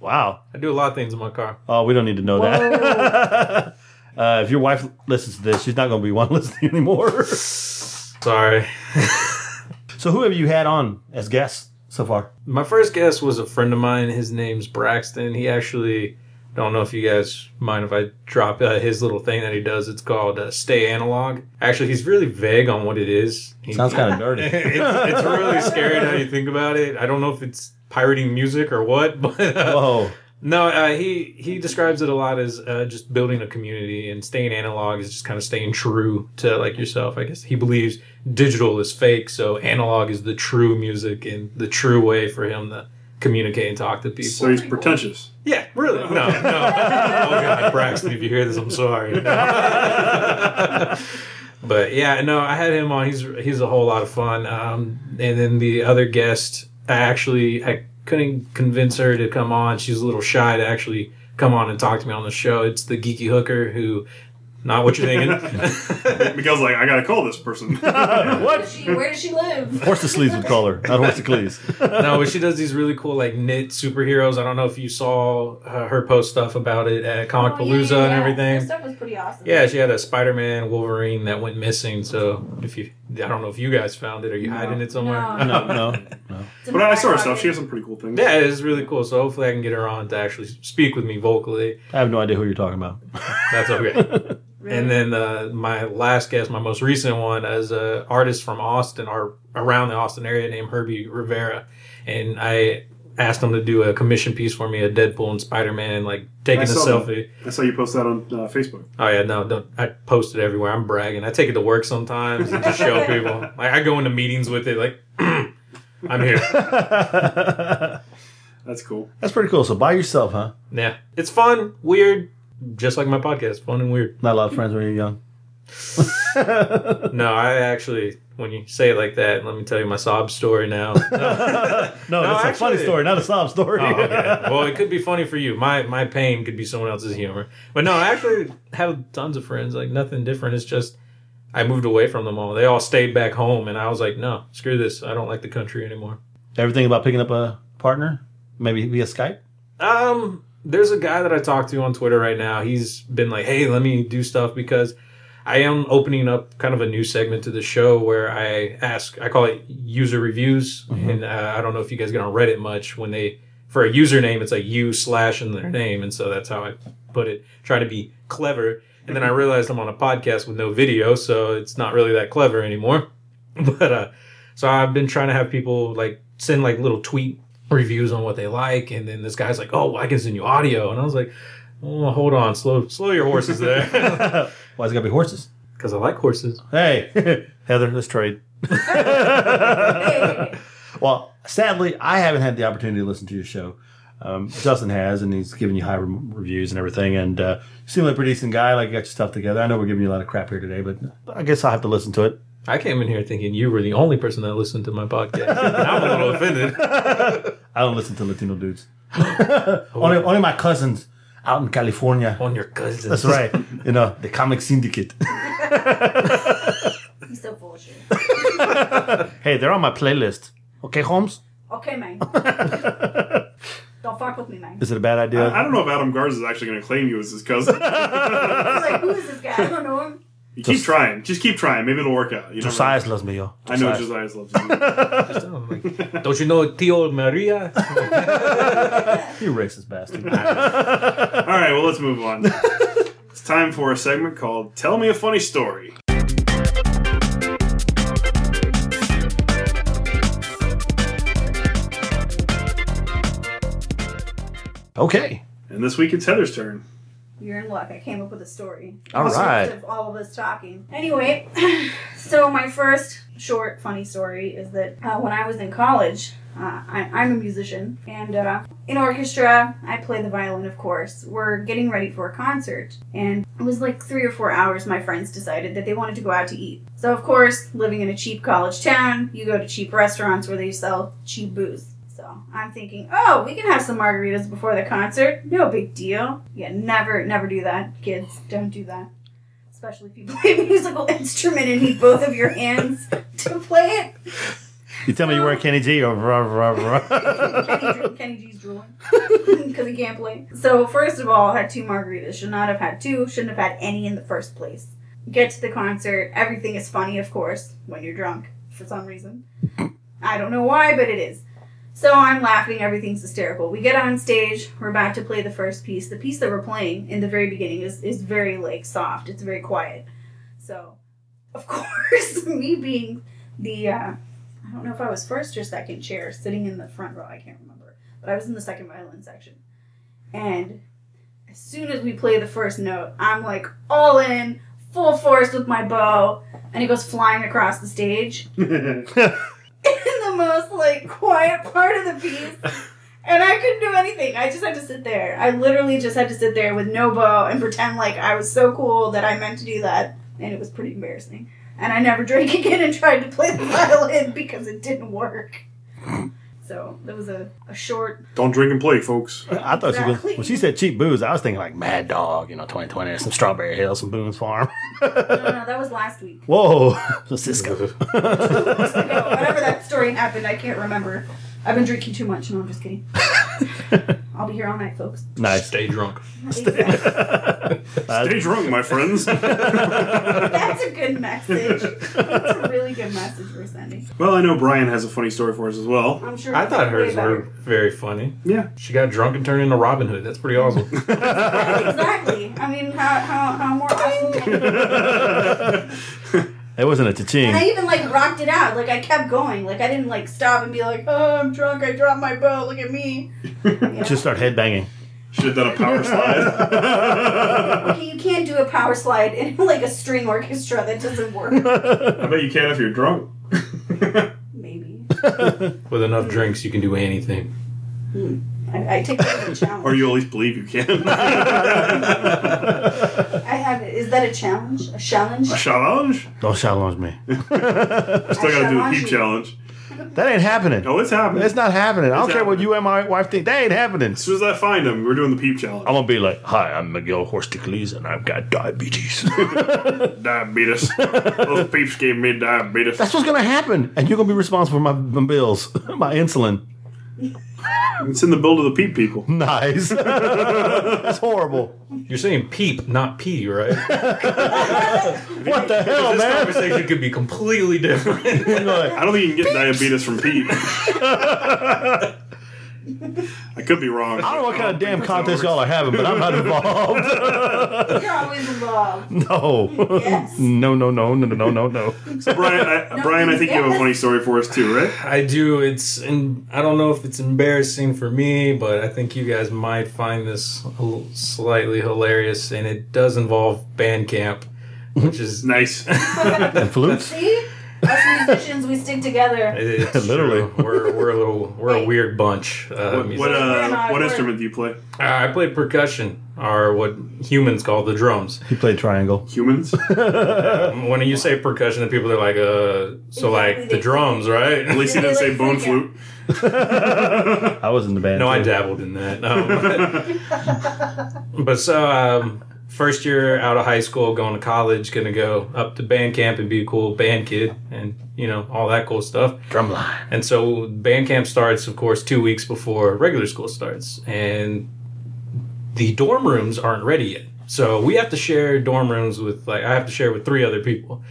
Speaker 1: Wow.
Speaker 4: I do a lot of things in my car.
Speaker 1: Oh, we don't need to know
Speaker 3: Whoa.
Speaker 1: that. uh, if your wife listens to this, she's not going to be one listening anymore.
Speaker 4: Sorry.
Speaker 1: so who have you had on as guests so far?
Speaker 4: My first guess was a friend of mine. His name's Braxton. He actually, don't know if you guys mind if I drop uh, his little thing that he does. It's called uh, Stay Analog. Actually, he's really vague on what it is. He-
Speaker 1: Sounds kind of dirty.
Speaker 4: it's, it's really scary how you think about it. I don't know if it's pirating music or what, but uh,
Speaker 1: Whoa.
Speaker 4: No, uh, he he describes it a lot as uh, just building a community and staying analog is just kind of staying true to like yourself. I guess he believes digital is fake, so analog is the true music and the true way for him to communicate and talk to people.
Speaker 2: so he's pretentious.
Speaker 4: yeah, really? No, no. oh God, Braxton, if you hear this, I'm sorry. No. but yeah, no, I had him on. He's he's a whole lot of fun. Um, and then the other guest, I actually I couldn't convince her to come on. She's a little shy to actually come on and talk to me on the show. It's the geeky hooker who, not what you're thinking.
Speaker 2: Miguel's like, I gotta call this person.
Speaker 3: Where
Speaker 1: what?
Speaker 3: does she, where does she live?
Speaker 1: Horse to sleeves would call her, not horse to cleaves.
Speaker 4: no, but she does these really cool like knit superheroes. I don't know if you saw uh, her post stuff about it at Comic
Speaker 3: Oh, yeah,
Speaker 4: Palooza
Speaker 3: yeah,
Speaker 4: and
Speaker 3: yeah.
Speaker 4: everything.
Speaker 3: Her stuff was pretty awesome.
Speaker 4: Yeah, she had a Spider-Man, Wolverine that went missing. So if you, I don't know if you guys found it. Are you hiding it somewhere?
Speaker 3: No.
Speaker 1: No, no.
Speaker 3: It's in
Speaker 2: but
Speaker 3: my
Speaker 2: I saw her
Speaker 3: pocket.
Speaker 2: stuff. She has some pretty cool things.
Speaker 4: Yeah, it's really cool. So hopefully I can get her on to actually speak with me vocally.
Speaker 1: I have no idea who you're talking about.
Speaker 4: That's okay.
Speaker 3: Really?
Speaker 4: and then uh, my last guest, my most recent one, is an artist from Austin or around the Austin area named Herbie Rivera, and I asked him to do a commission piece for me, a Deadpool and Spider-Man, like taking
Speaker 2: I
Speaker 4: a
Speaker 2: saw that.
Speaker 4: selfie.
Speaker 2: I saw you post that on uh, Facebook.
Speaker 4: Oh yeah, no, don't. I post it everywhere. I'm bragging. I take it to work sometimes and just show people. Like I go into meetings with it. Like I'm here.
Speaker 2: That's cool.
Speaker 1: That's pretty cool. So by yourself, huh?
Speaker 4: Yeah, it's fun, weird, just like my podcast, fun and weird.
Speaker 1: Not a lot of friends when you're young.
Speaker 4: No, I actually, when you say it like that, let me tell you my sob story now.
Speaker 1: No, that's a funny
Speaker 4: actually-
Speaker 1: story, not a sob story.
Speaker 4: Oh, okay. Well, it could be funny for you. My my pain could be someone else's humor. But no, I actually have tons of friends. Like nothing different. It's just I moved away from them all. They all stayed back home, and I was like, no, screw this. I don't like the country anymore.
Speaker 1: Everything about picking up a partner, maybe via Skype.
Speaker 4: Um, there's a guy that I talked to on Twitter right now. He's been like, "Hey, let me do stuff because I am opening up kind of a new segment to the show where I ask. I call it user reviews, and uh, I don't know if you guys get on Reddit much when they for a username, it's like you slash in their name, and so that's how I put it. Try to be clever, and then I realized I'm on a podcast with no video, so it's not really that clever anymore. But uh, so I've been trying to have people like send like little tweet reviews on what they like, and then this guy's like, "Oh, I can send you audio," and I was like, "Oh, hold on, slow, slow your horses there,"
Speaker 1: Why's it gotta be horses?
Speaker 4: because I like horses.
Speaker 1: Hey, Heather, let's trade.
Speaker 3: Hey.
Speaker 1: Well, sadly, I haven't had the opportunity to listen to your show. Um, Justin has, and he's given you high re- reviews and everything. And uh, you seem like a pretty decent guy. Like you got your stuff together. I know we're giving you a lot of crap here today, but I guess I'll have to listen to it.
Speaker 4: I came in here thinking you were the only person that listened to my podcast. and I'm a little offended.
Speaker 1: I don't listen to Latino dudes. only, only my cousins out in California.
Speaker 4: On your cousins.
Speaker 1: That's right. You know the comic syndicate.
Speaker 3: He's so full of shit.
Speaker 1: hey, they're on my playlist. Okay, Holmes.
Speaker 3: Okay, man. Don't fuck with me, man.
Speaker 1: Is it a bad idea?
Speaker 2: I, I don't know if Adam Garza is actually going to claim you as his cousin.
Speaker 3: I was like, who is this guy? I don't know him.
Speaker 2: You keep trying. Just keep trying. Maybe it'll work out. You never know,
Speaker 1: Josias loves me, yo.
Speaker 2: I know
Speaker 1: Josias.
Speaker 2: Josiah's loves you.
Speaker 4: I'm like, Don't you know Tio Maria?
Speaker 1: You racist bastard.
Speaker 2: All right, well, let's move on. it's time for a segment called Tell Me a Funny Story.
Speaker 1: okay.
Speaker 2: And this week it's Heather's turn.
Speaker 3: You're in luck. I came up with a story.
Speaker 1: All
Speaker 3: Instead
Speaker 1: right.
Speaker 3: Of all of us talking. Anyway, so my first short funny story is that uh, when I was in college, uh, I, I'm a musician, and uh, in orchestra, I play the violin, of course. We're getting ready for a concert, and it was like three or four hours. My friends decided that they wanted to go out to eat. So, of course, living in a cheap college town, you go to cheap restaurants where they sell cheap booze. So I'm thinking, oh, we can have some margaritas before the concert. No big deal. Yeah, never, never do that, kids. Don't do that. Especially if you play a musical instrument and need both of your hands to play it.
Speaker 1: You tell me you wear Kenny G or rah, rah, rah.
Speaker 3: Kenny, drew- Kenny G's drooling because he can't play. So first of all, had two margaritas. Should not have had two. Shouldn't have had any in the first place. Get to the concert. Everything is funny, of course, when you're drunk for some reason. I don't know why, but it is. So I'm laughing. Everything's hysterical. We get on stage. We're about to play the first piece. The piece that we're playing in the very beginning is is very like soft. It's very quiet. So, of course, me being the uh, I don't know if I was first or second chair, sitting in the front row. I can't remember, but I was in the second violin section. And as soon as we play the first note, I'm like all in, full force with my bow, and it goes flying across the stage in the most like quiet part of the piece. And I couldn't do anything. I just had to sit there. I literally just had to sit there with no bow and pretend like I was so cool that I meant to do that. And it was pretty embarrassing. And I never drank again and tried to play the violin because it didn't work. So that was a, a short.
Speaker 2: Don't drink and play, folks.
Speaker 1: I thought she was.
Speaker 3: Exactly.
Speaker 1: When she said cheap booze, I was thinking like Mad Dog, you know, 2020, or some Strawberry Hill, some Boone's Farm.
Speaker 3: No, no, that was last week.
Speaker 1: Whoa, some Cisco.
Speaker 3: So, whatever that story happened, I can't remember. I've been drinking too much. No, I'm just kidding. I'll be here all night, folks.
Speaker 1: nice.
Speaker 4: Stay drunk.
Speaker 3: Exactly.
Speaker 2: Stay drunk, my friends.
Speaker 3: That's a good message. That's a really good message we're sending.
Speaker 2: well, I know Brian has a funny story for us as well.
Speaker 3: I'm sure.
Speaker 4: I thought
Speaker 3: way
Speaker 4: hers were
Speaker 3: better.
Speaker 4: very funny.
Speaker 2: Yeah.
Speaker 4: She got drunk and turned into Robin Hood. That's pretty awesome.
Speaker 3: exactly. I mean, how how how more awesome? can it be?
Speaker 1: It wasn't a
Speaker 3: And I
Speaker 1: cha-ching.
Speaker 3: even like rocked it out. Like I kept going. Like I didn't like stop and be like, oh, I'm drunk. I dropped my boat. Look at me. You know?
Speaker 1: Just start headbanging.
Speaker 2: Should have done a power slide.
Speaker 3: okay, you can't do a power slide in like a string orchestra. That doesn't work.
Speaker 2: I bet you can if you're drunk.
Speaker 3: Maybe.
Speaker 4: With enough drinks, you can do anything.
Speaker 3: I, I take that as a challenge.
Speaker 2: or you at least believe you can.
Speaker 3: I have it. Is that a challenge? A challenge?
Speaker 2: a challenge?
Speaker 1: Don't challenge me.
Speaker 2: I still gotta do a peep
Speaker 3: challenge you.
Speaker 2: challenge.
Speaker 1: That ain't happening.
Speaker 2: Oh, it's happening.
Speaker 1: It's not happening. I don't care what
Speaker 2: happening.
Speaker 1: you and my wife think. That ain't happening.
Speaker 2: as soon as I find him, we're doing the peep challenge.
Speaker 1: I'm gonna be like, "Hi, I'm Miguel Horsticles, and I've got diabetes."
Speaker 2: diabetes. Those peeps gave me diabetes.
Speaker 1: That's what's gonna happen, and you're gonna be responsible for my, my bills, my insulin.
Speaker 2: It's in the build of the peep people.
Speaker 1: Nice. That's horrible.
Speaker 4: You're saying peep, not pee, right?
Speaker 1: What the hell,
Speaker 4: this
Speaker 1: man?
Speaker 4: conversation could be completely different.
Speaker 1: Like,
Speaker 2: I don't think you can get diabetes from peep. I could be wrong.
Speaker 1: I don't know what kind of damn contest y'all are having, but I'm not involved.
Speaker 3: You're always involved.
Speaker 1: No. Oh.
Speaker 3: Yes.
Speaker 1: No, no, no, no, no, no, no.
Speaker 2: Brian, I, Brian, I think you have a funny story for us too, right?
Speaker 4: I do. It's and I don't know if it's embarrassing for me, but I think you guys might find this a little slightly hilarious, and it does involve Bandcamp, which is
Speaker 2: Nice.
Speaker 1: And flutes?
Speaker 3: See? Us musicians, we stick together.
Speaker 4: it's
Speaker 1: Literally.
Speaker 4: true. we're we're a little we're a
Speaker 3: Wait.
Speaker 4: weird bunch. Uh,
Speaker 2: What, what,
Speaker 4: musicians.
Speaker 2: uh, what instrument do you play?
Speaker 4: I play percussion, or what humans call the drums.
Speaker 1: He played triangle.
Speaker 2: Humans? At
Speaker 4: When you say percussion, the people are like, uh, so like the drums, right?
Speaker 2: least he didn't say bone flute.
Speaker 1: I was in the band.
Speaker 4: No, I
Speaker 1: too.
Speaker 4: dabbled in that. Um, No. but so, um, first year out of high school, going to college, gonna go up to band camp and be a cool band kid, and you know all that cool stuff.
Speaker 1: Drumline.
Speaker 4: And so, band camp starts, of course, two weeks before regular school starts, and the dorm rooms aren't ready yet. So we have to share dorm rooms with like I have to share with three other people,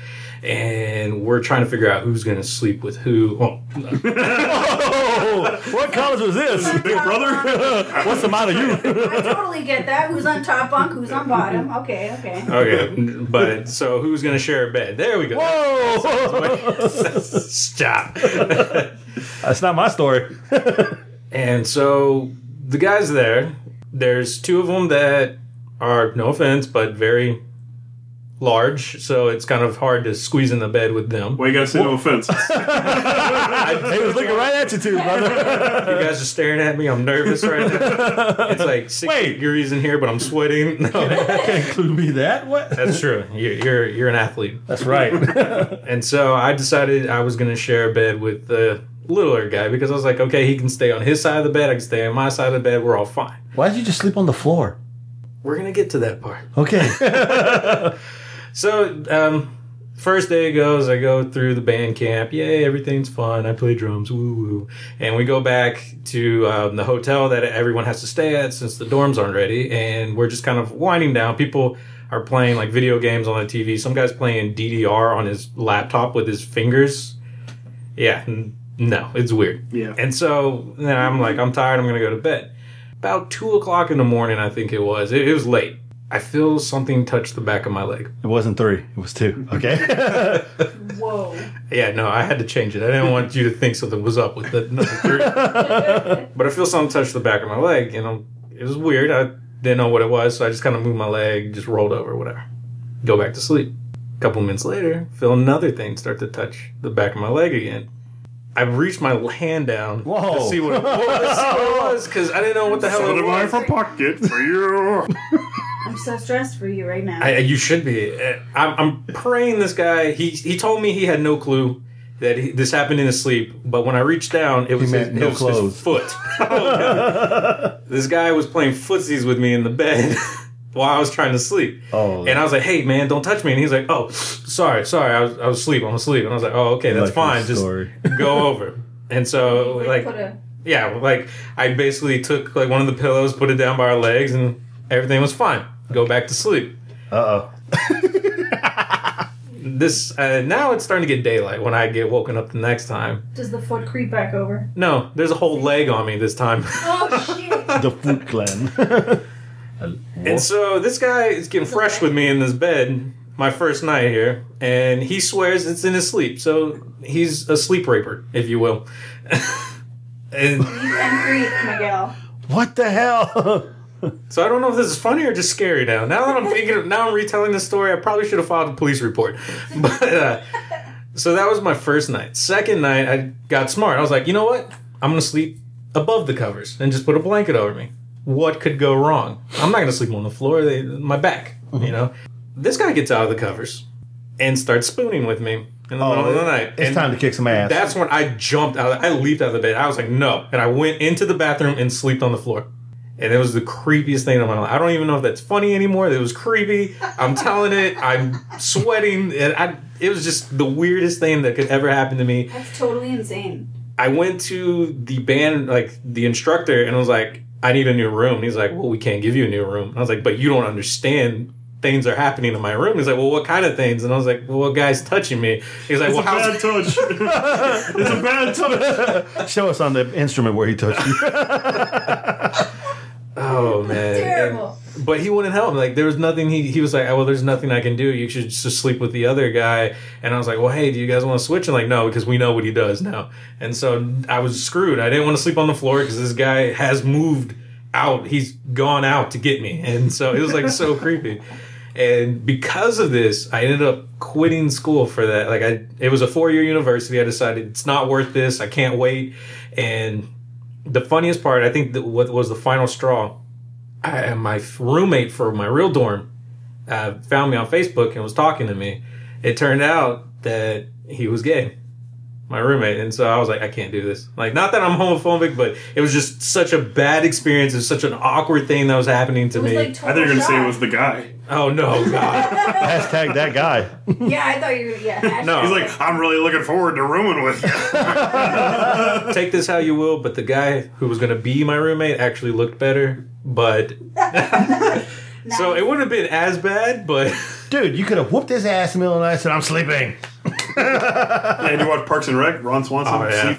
Speaker 4: and we're trying to figure out who's gonna sleep with who. Well,
Speaker 1: Oh, what college was this?
Speaker 2: Big brother?
Speaker 1: What's the matter you?
Speaker 3: I totally get that. Who's on top bunk? Who's on bottom? Okay, okay.
Speaker 4: Okay, but so who's gonna share a bed? There we go.
Speaker 1: Whoa!
Speaker 4: Stop.
Speaker 1: That's not my story.
Speaker 4: and so the guys there, there's two of them that are no offense, but very large. So it's kind of hard to squeeze in the bed with them.
Speaker 2: Well, you gotta say no offense.
Speaker 1: he was looking right at you, too, brother.
Speaker 4: You guys are staring at me. I'm nervous right now. It's like six
Speaker 1: Wait.
Speaker 4: degrees in here, but I'm sweating. No,
Speaker 1: Can't include me that. What?
Speaker 4: that's true. You're, you're you're an athlete.
Speaker 1: That's right.
Speaker 4: And so I decided I was going to share a bed with the littler guy because I was like, okay, he can stay on his side of the bed. I can stay on my side of the bed. We're all fine.
Speaker 1: Why did you just sleep on the floor?
Speaker 4: We're going to get to that part.
Speaker 1: Okay.
Speaker 4: So, um, first day goes, I go through the band camp. Yay, everything's fun. I play drums. Woo woo. And we go back to um, the hotel that everyone has to stay at since the dorms aren't ready. And we're just kind of winding down. People are playing like video games on the TV. Some guy's playing DDR on his laptop with his fingers. Yeah, n- no, it's weird.
Speaker 2: yeah.
Speaker 4: And so then I'm like, I'm tired. I'm gonna go to bed. About two o'clock in the morning, I think it was. It, it was late. I feel something touch the back of my leg.
Speaker 1: It wasn't three. It was two. Okay.
Speaker 3: Whoa.
Speaker 4: Yeah, no, I had to change it. I didn't want you to think something was up with the number three. but I feel something touch the back of my leg, and I'm, it was weird. I didn't know what it was, so I just kind of moved my leg, just rolled over, whatever. Go back to sleep. A couple minutes later, feel another thing start to touch the back of my leg again. I reached my hand down to
Speaker 1: Whoa.
Speaker 4: see what it was because I didn't know what the hell
Speaker 2: What
Speaker 4: it
Speaker 2: am I
Speaker 4: was.
Speaker 2: for pocket for you?
Speaker 3: I'm so stressed for you right now.
Speaker 4: I, you should be. Uh, I'm, I'm praying this guy. He he told me he had no clue that he, this happened in his sleep. But when I reached down, it was his,
Speaker 1: meant no
Speaker 4: it was
Speaker 1: clothes.
Speaker 4: his foot. this guy was playing footsies with me in the bed while I was trying to sleep.
Speaker 1: Oh.
Speaker 4: And I was like, "Hey man, don't touch me." And he's like, "Oh, sorry, sorry. I was I was asleep. I'm asleep." And I was like, "Oh, okay, that's
Speaker 1: Like
Speaker 4: fine.
Speaker 1: this
Speaker 4: Just
Speaker 1: story.
Speaker 4: go over." And so like
Speaker 3: put a,
Speaker 4: yeah, like I basically took like one of the pillows, put it down by our legs, and everything was fine. Go back to sleep.
Speaker 1: Uh
Speaker 4: This uh, now it's starting to get daylight when I get woken up the next time.
Speaker 3: does the foot creep back over?
Speaker 4: No, there's a whole leg on me this time.
Speaker 3: Oh shit!
Speaker 1: oh. The Foot Clan.
Speaker 4: and so this guy is getting fresh with me in this bed my first night here, and he swears it's in his sleep. So he's a sleep raper, if you will. and
Speaker 3: You can creep, Miguel.
Speaker 1: what the hell?
Speaker 4: So I don't know if this is funny or just scary now. Now that I'm thinking, of, now I'm retelling this story. I probably should have filed a police report. But uh, so that was my first night. Second night, I got smart. I was like, you know what? I'm gonna sleep above the covers and just put a blanket over me. What could go wrong? I'm not gonna sleep on the floor. They, my back, you
Speaker 1: Mm-hmm.
Speaker 4: know. This guy gets out of the covers and starts spooning with me in the middle of the night.
Speaker 1: Oh, It's
Speaker 4: And-
Speaker 1: time to kick some ass.
Speaker 4: that's when I jumped out. I leaped out of the bed. I was like, no. And I went into the bathroom and slept on the floor. And it was the creepiest thing in my life. I don't even know if that's funny anymore. It was creepy. I'm telling it. I'm sweating. And I, it was just the weirdest thing that could ever happen to me.
Speaker 3: That's totally insane.
Speaker 4: I went to the band, like the instructor, and I was like, I need a new room. And he's like, Well, we can't give you a new room. And I was like, But you don't understand. Things are happening in my room. He's like, Well, what kind of things? And I was like, Well, a guy's touching me. He's like,
Speaker 2: It's
Speaker 4: Well,
Speaker 2: a bad
Speaker 4: how's
Speaker 2: touch. it's a bad touch.
Speaker 1: Show us on the instrument where he touched you.
Speaker 4: Oh
Speaker 1: Uh,
Speaker 4: man.
Speaker 3: Terrible.
Speaker 4: And- but he wouldn't help. Like there was nothing he he was like, oh, well, there's nothing I can do. You should just sleep with the other guy. And I was like, well, hey, do you guys want to switch? And like, no, because we know what he does now. And so I was screwed. I didn't want to sleep on the floor because this guy has moved out. He's gone out to get me. And so it was like so creepy. And because of this, I ended up quitting school for that. Like I, it was a four year university. I decided it's not worth this. I can't wait. And the funniest part, I think, that what was the final straw. I, and my f- roommate for my real dorm uh, found me on Facebook and was talking to me. It turned out that he was gay, my roommate, and so I was like, I can't do this. Like, not that I'm homophobic, but it was just such a bad experience. It was such an awkward thing that was happening to
Speaker 3: It was
Speaker 4: me.
Speaker 3: like
Speaker 2: I
Speaker 3: total
Speaker 2: thought you were gonna say it
Speaker 3: shock.
Speaker 2: was the guy.
Speaker 4: oh no, God!
Speaker 1: Hashtag that guy.
Speaker 3: Yeah, I thought you. were... Yeah.
Speaker 4: No.
Speaker 2: He's like, I'm really looking forward to rooming with you.
Speaker 4: Take this how you will, but the guy who was going to be my roommate actually looked better. But so it wouldn't have been as bad, but.
Speaker 1: Dude, you could have whooped his ass in the middle of the night and said, I'm sleeping.
Speaker 2: and you watch Parks and Rec, Ron Swanson,
Speaker 4: Oh, yeah.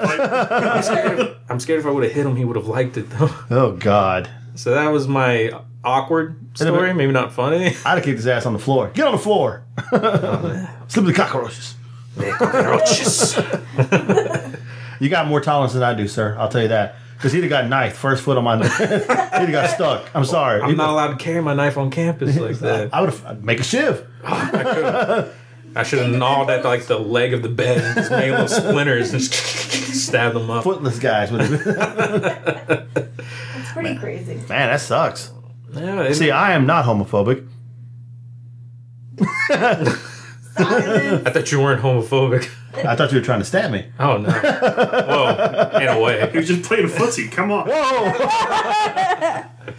Speaker 2: sea fight.
Speaker 4: I'm scared if I would have hit him, he would have liked it though.
Speaker 1: Oh, God.
Speaker 4: So that was my awkward story. Maybe not funny.
Speaker 1: I'd have kicked his ass on the floor. Get on the floor. Sleep with the cockroaches. You got more tolerance than I do, sir. I'll tell you that. Because he'd have got knifed first foot on my. he'd have got stuck. I'm sorry.
Speaker 4: I'm not allowed to carry my knife on campus like that.
Speaker 1: I would have make a shiv.
Speaker 4: I should have gnawed at like the leg of the bed and just made little splinters and stabbed them up.
Speaker 1: Footless guys would have.
Speaker 3: It's pretty crazy.
Speaker 1: Man, that sucks.
Speaker 4: Yeah, it-
Speaker 1: See, I am not homophobic.
Speaker 4: I thought you weren't homophobic.
Speaker 1: I thought you were trying to stab me.
Speaker 4: Oh no. Whoa. In a way.
Speaker 2: He was just playing footsie. Come on.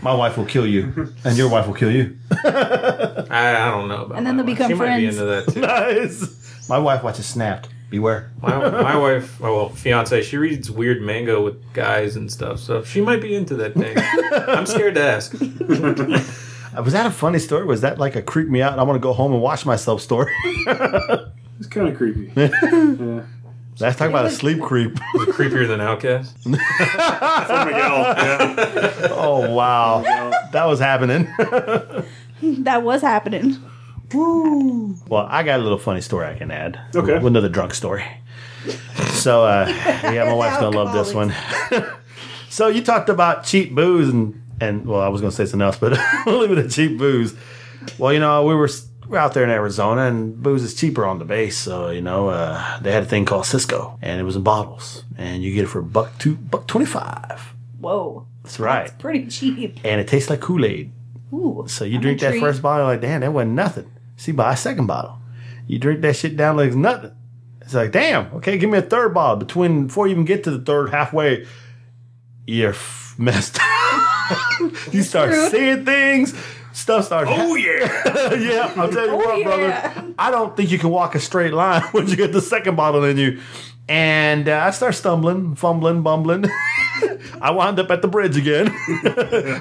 Speaker 1: My wife will kill you, and your wife will kill you.
Speaker 4: I, I don't know about
Speaker 3: And then
Speaker 4: my
Speaker 3: they'll
Speaker 4: wife.
Speaker 3: become
Speaker 4: she might be
Speaker 3: friends.
Speaker 4: into that too.
Speaker 1: Nice. My wife watches Snapped. Beware.
Speaker 4: My, my wife, oh, well, fiance, she reads weird manga with guys and stuff, so she might be into that thing. I'm scared to ask.
Speaker 1: Uh, Was that a funny story? Was that like a creep me out? and I want to go home and wash myself story.
Speaker 2: It's kind of creepy.
Speaker 1: Let's talk about a sleep creep.
Speaker 4: Creepier than Outcast.
Speaker 2: For Miguel. Yeah.
Speaker 1: Oh wow, that was happening.
Speaker 3: That was happening.
Speaker 1: Well, I got a little funny story I can add.
Speaker 2: Okay.
Speaker 1: Another drunk story. So, uh, yeah, my wife's going to love this one. so, you talked about cheap booze, and, and well, I was going to say something else, but we'll leave it at cheap booze. Well, you know, we were, s- we were out there in Arizona, and booze is cheaper on the base. So, you know, uh, they had a thing called Cisco, and it was in bottles, and you get it for buck two, buck 25.
Speaker 3: Whoa.
Speaker 1: That's right.
Speaker 3: Pretty cheap.
Speaker 1: And it tastes like Kool Aid.
Speaker 3: Ooh.
Speaker 1: So you drink that first bottle, like, damn, that wasn't nothing. So you buy a second bottle. You drink that shit down like it's nothing. It's like, damn, okay, give me a third bottle. Between before you even get to the third halfway, you're f- messed up. you start
Speaker 3: screwed.
Speaker 1: seeing things. Stuff starts.
Speaker 2: Oh, yeah.
Speaker 1: yeah, I'll tell you
Speaker 3: Oh,
Speaker 1: what,
Speaker 3: yeah.
Speaker 1: brother. I don't think you can walk a straight line once you get the second bottle in you. And uh, I start stumbling, fumbling, bumbling. I wound up at the bridge again,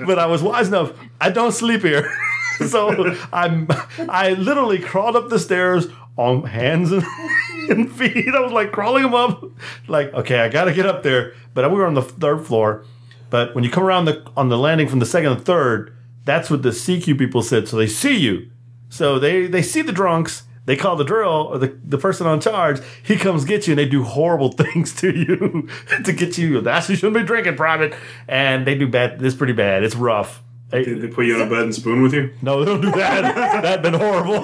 Speaker 1: but I was wise enough. I don't sleep here, so I'm. I literally crawled up the stairs on hands and, and feet. I was like crawling them up, like okay, I gotta get up there. But we were on the third floor. But when you come around the on the landing from the second and third, that's what the CQ people said. So they see you. So they they see the drunks. They call the drill or the, the person on charge. He comes get you and they do horrible things to you to get you. That's you shouldn't be drinking, private. And they do bad. It's pretty bad. It's rough. They-
Speaker 2: Did they put you on a bed and spoon with you?
Speaker 1: no, they don't do that. That'd been horrible.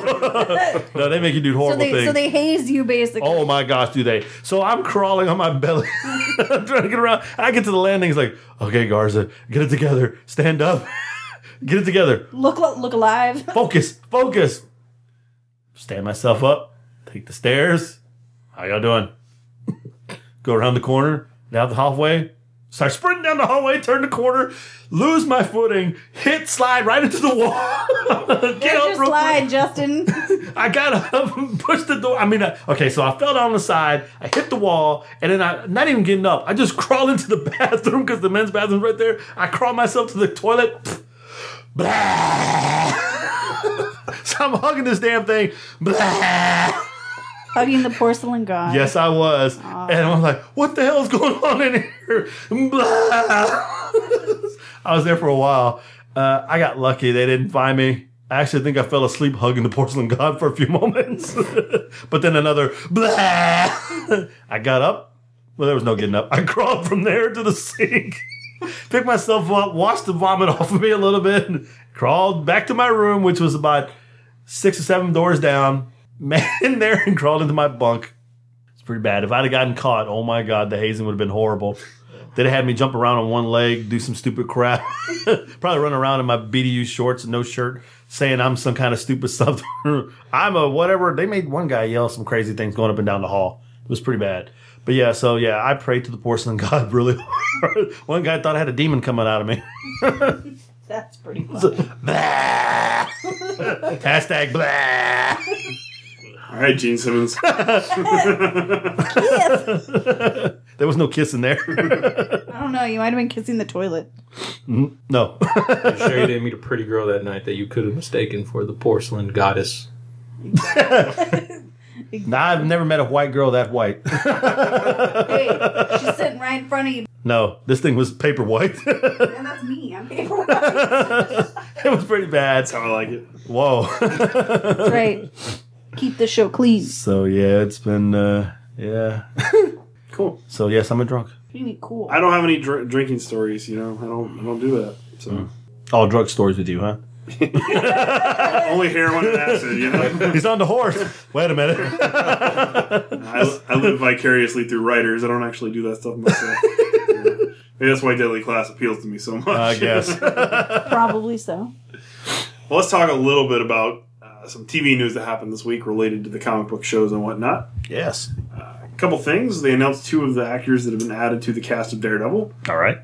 Speaker 1: no, they make you do
Speaker 3: So
Speaker 1: horrible
Speaker 3: they,
Speaker 1: things.
Speaker 3: so they haze you basically.
Speaker 1: Oh my gosh, do they? So I'm crawling on my belly, I'm trying to get around. I get to the landing. It's like, okay, Garza, get it together. Stand up. get it together.
Speaker 3: Look look alive.
Speaker 1: Focus. Focus. Stand myself up. Take the stairs. How y'all doing? Go around the corner. Down the hallway. Start sprinting down the hallway. Turn the corner. Lose my footing. Hit slide right into the wall. get
Speaker 3: Just
Speaker 1: up real quick.
Speaker 3: slide, Justin.
Speaker 1: I got up and pushed the door. I mean, I, okay, so I fell down on the side, I hit the wall, and then I, not even getting up, I just crawled into the bathroom because the men's bathroom's right there. I crawled myself to the toilet. Pfft. Blah. so I'm hugging this damn thing. Blah.
Speaker 3: Hugging the porcelain god.
Speaker 1: Yes, I was. And I'm like, what the hell is going on in here? Blah. I was there for a while. Uh, I got lucky. They didn't find me. I actually think I fell asleep hugging the porcelain god for a few moments. but then another blah. I got up. Well, there was no getting up. I crawled from there to the sink, picked myself up, washed the vomit off of me a little bit, and crawled back to my room, which was about six or seven doors down, man in there and crawled into my bunk. It's pretty bad. If I'd have gotten caught, oh my god, the hazing would have been horrible. They'd have had me jump around on one leg, do some stupid crap, probably run around in my BDU shorts and no shirt, saying I'm some kind of stupid something. I'm a whatever. They made one guy yell some crazy things going up and down the hall. It was pretty bad. But yeah, so yeah, I prayed to the porcelain god really hard. one guy thought I had a demon coming out of me.
Speaker 3: That's pretty fun.
Speaker 1: blah. Hashtag blah.
Speaker 2: All right, Gene Simmons.
Speaker 1: There was no kiss in there.
Speaker 3: I don't know. You might have been kissing the toilet.
Speaker 1: no.
Speaker 4: You sure you didn't meet a pretty girl that night that you could have mistaken for the porcelain goddess?
Speaker 1: Nah, I've never met a white girl that white.
Speaker 3: Hey, she's sitting right in front of you.
Speaker 1: No, this thing was paper white. it
Speaker 3: And that's me. I'm
Speaker 1: was pretty bad.
Speaker 2: That's how I like it.
Speaker 1: Whoa.
Speaker 3: That's right. Keep the show clean.
Speaker 1: so yeah, it's been uh yeah.
Speaker 2: Cool.
Speaker 1: So yes, I'm a drunk.
Speaker 3: Really cool.
Speaker 2: I don't have any dr- drinking stories. You know, I don't. I don't do that. So
Speaker 1: All drug stores with you, huh?
Speaker 2: only heroin and acid. You know,
Speaker 1: He's on the horse. Wait a minute.
Speaker 2: I, I live vicariously through writers. I don't actually do that stuff myself. Yeah. Maybe that's why Deadly Class appeals to me so much.
Speaker 1: I guess.
Speaker 3: Probably so.
Speaker 2: Well, let's talk a little bit about uh, some TV news that happened this week related to the comic book shows and whatnot.
Speaker 1: yes.
Speaker 2: A couple things. They announced two of the actors that have been added to the cast of Daredevil.
Speaker 1: All right.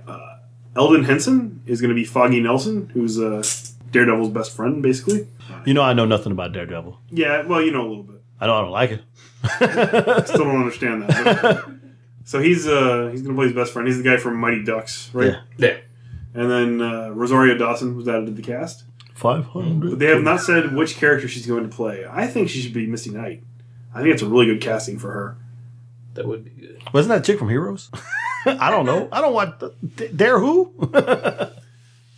Speaker 2: Eldon Henson is going to be Foggy Nelson, who's uh, Daredevil's best friend, basically.
Speaker 1: You know I know nothing about Daredevil.
Speaker 2: Yeah, well, you know a little bit.
Speaker 1: I know I don't like it.
Speaker 2: I still don't understand that. but- so he's uh, he's going to play his best friend. He's the guy from Mighty Ducks, right?
Speaker 1: Yeah.
Speaker 4: Yeah.
Speaker 2: And then uh, Rosario Dawson was added to the cast.
Speaker 1: Five hundred.
Speaker 2: But they have not said which character she's going to play. I think she should be Misty Knight. I think it's a really good casting for her.
Speaker 4: That would be good.
Speaker 1: Wasn't that chick from Heroes? I don't know. I don't want D- Dare who?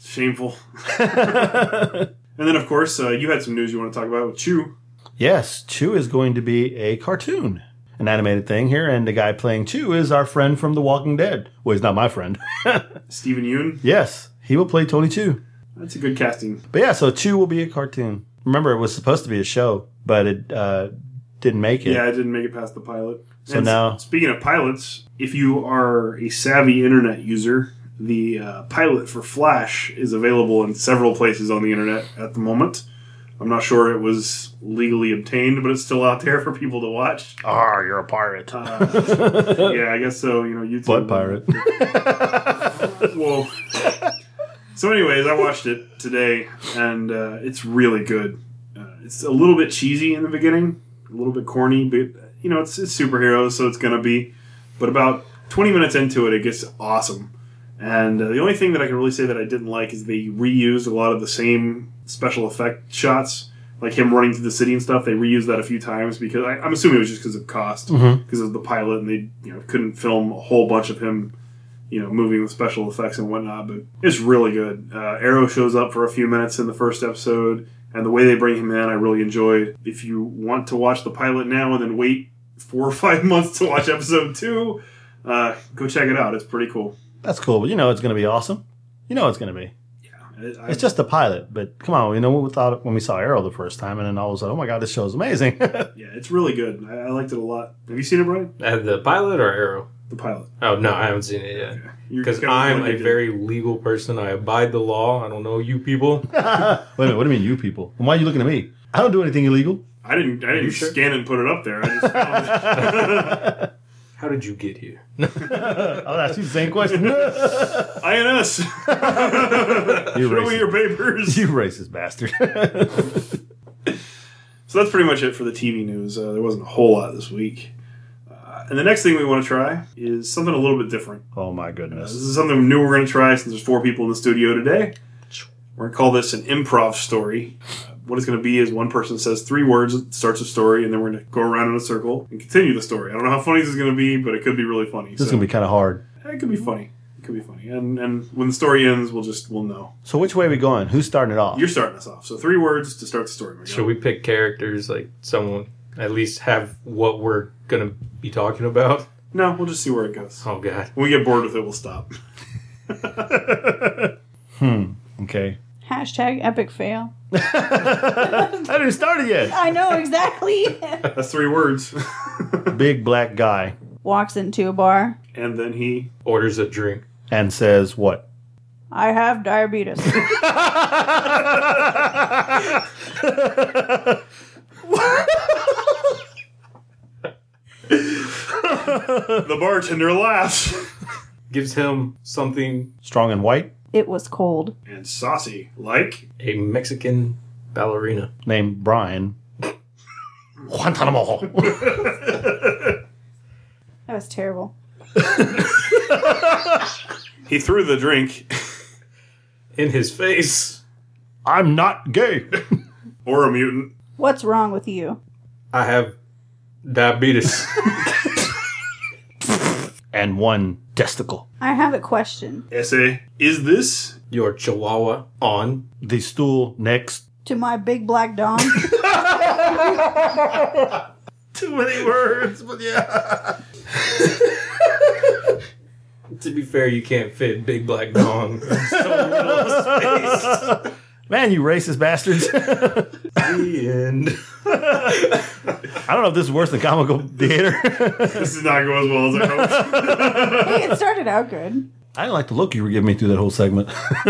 Speaker 2: Shameful. And then, of course, uh, you had some news you want to talk about with Chew.
Speaker 1: yes, Chew is going to be a cartoon, an animated thing here, and the guy playing Chew is our friend from The Walking Dead. Well, he's not my friend.
Speaker 2: Stephen Yoon.
Speaker 1: yes, he will play Tony Chew.
Speaker 2: That's a good casting.
Speaker 1: But yeah, so Chew will be a cartoon. Remember, it was supposed to be a show, but it uh, didn't make it.
Speaker 2: Yeah, I didn't make it past the pilot.
Speaker 1: So now-
Speaker 2: s- speaking of pilots, if you are a savvy internet user, the uh, pilot for Flash is available in several places on the internet at the moment. I'm not sure it was legally obtained, but it's still out there for people to watch.
Speaker 1: Ah, you're a pirate.
Speaker 2: yeah, I guess so. You know, YouTube.
Speaker 1: Butt pirate.
Speaker 2: Well, so anyways, I watched it today, and uh, it's really good. Uh, it's a little bit cheesy in the beginning, a little bit corny, but you know, it's, it's superheroes, so it's gonna be. But about 20 minutes into it, it gets awesome. And uh, the only thing that I can really say that I didn't like is they reused a lot of the same special effect shots, like him running through the city and stuff. They reused that a few times because I, I'm assuming it was just because of cost, because of the pilot, and they you know couldn't film a whole bunch of him you know, moving with special effects and whatnot, but it's really good. Uh, Arrow shows up for a few minutes in the first episode, and the way they bring him in, I really enjoyed. If you want to watch the pilot now and then wait four or five months to watch episode two, uh, go check it out. It's pretty cool.
Speaker 1: That's cool. You know it's going to be awesome. You know it's going to be.
Speaker 2: I, I,
Speaker 1: It's just a pilot, but come on, you know we thought when we saw Arrow the first time, and then all of a sudden, oh my god, this show's amazing.
Speaker 2: yeah, it's really good. I, I liked it a lot. Have you seen it, Brian?
Speaker 4: Uh, the pilot or Arrow?
Speaker 2: The pilot.
Speaker 4: Oh, no, I haven't seen it yet.
Speaker 2: You're
Speaker 4: Because
Speaker 2: kinda
Speaker 4: I'm
Speaker 2: like
Speaker 4: a
Speaker 2: it.
Speaker 4: very legal person. I abide the law. I don't know you people.
Speaker 1: Wait a minute, what do you mean, you people? And why are you looking at me? I don't do anything illegal.
Speaker 2: I didn't. I didn't
Speaker 4: sure?
Speaker 2: scan and put it up there. I just found it.
Speaker 4: How did you get here?
Speaker 1: I'll ask you the same question. you
Speaker 2: INS. Show me
Speaker 1: racist,
Speaker 2: your papers.
Speaker 1: you racist bastard.
Speaker 2: So that's pretty much it for the TV news. Uh, there wasn't a whole lot this week. Uh, and the next thing we want to try is something a little bit different. Uh,
Speaker 1: oh my
Speaker 2: This
Speaker 1: goodness.
Speaker 2: is something new we're going to try since there's four people in the studio today. We're going to call this an improv story. Uh, what it's going to be is one person says three words, starts a story, and then we're going to go around in a circle and continue the story. I don't know how funny this is going to be, but it could be really funny.
Speaker 1: This is
Speaker 2: so,
Speaker 1: gonna be kind of hard.
Speaker 2: eh, it could be funny. It could be funny. And and when the story ends, we'll just we'll know.
Speaker 1: So which way are we going? Who's starting it off?
Speaker 2: You're starting us off. So three words to start the story. Miguel.
Speaker 4: Should we pick characters like someone at least have what we're gonna be talking about?
Speaker 2: No, we'll just see where it goes.
Speaker 4: Oh god.
Speaker 2: When we get bored with it, we'll stop.
Speaker 1: okay.
Speaker 3: Hashtag epic fail.
Speaker 1: I didn't start it yet.
Speaker 3: I know exactly.
Speaker 2: That's three words.
Speaker 1: Big black guy
Speaker 3: Walks into a bar.
Speaker 2: and then he.
Speaker 4: Orders a drink.
Speaker 1: and says what?
Speaker 3: I have diabetes.
Speaker 2: The bartender laughs.
Speaker 4: Gives him something
Speaker 1: Strong and white,
Speaker 3: it was cold.
Speaker 2: and saucy, like.
Speaker 4: a Mexican ballerina.
Speaker 1: named Brian. Guantanamo.
Speaker 3: That was terrible.
Speaker 2: He threw the drink,
Speaker 4: In his face.
Speaker 1: I'm not gay.
Speaker 2: or a mutant.
Speaker 3: What's wrong with you?
Speaker 4: I have diabetes.
Speaker 1: and one testicle.
Speaker 3: I have a question.
Speaker 2: Essay. Is this.
Speaker 4: Your chihuahua on.
Speaker 1: The stool next.
Speaker 3: To my big black dog.
Speaker 1: Too many words, but yeah.
Speaker 4: to be fair, you can't fit Big Black Dong in so little space.
Speaker 1: Man, you racist bastards. I
Speaker 4: The end.
Speaker 1: don't know if this is worse than comical theater.
Speaker 2: This is not going as well as I hoped.
Speaker 5: Hey, it started out good.
Speaker 1: I didn't like the look you were giving me through that whole segment.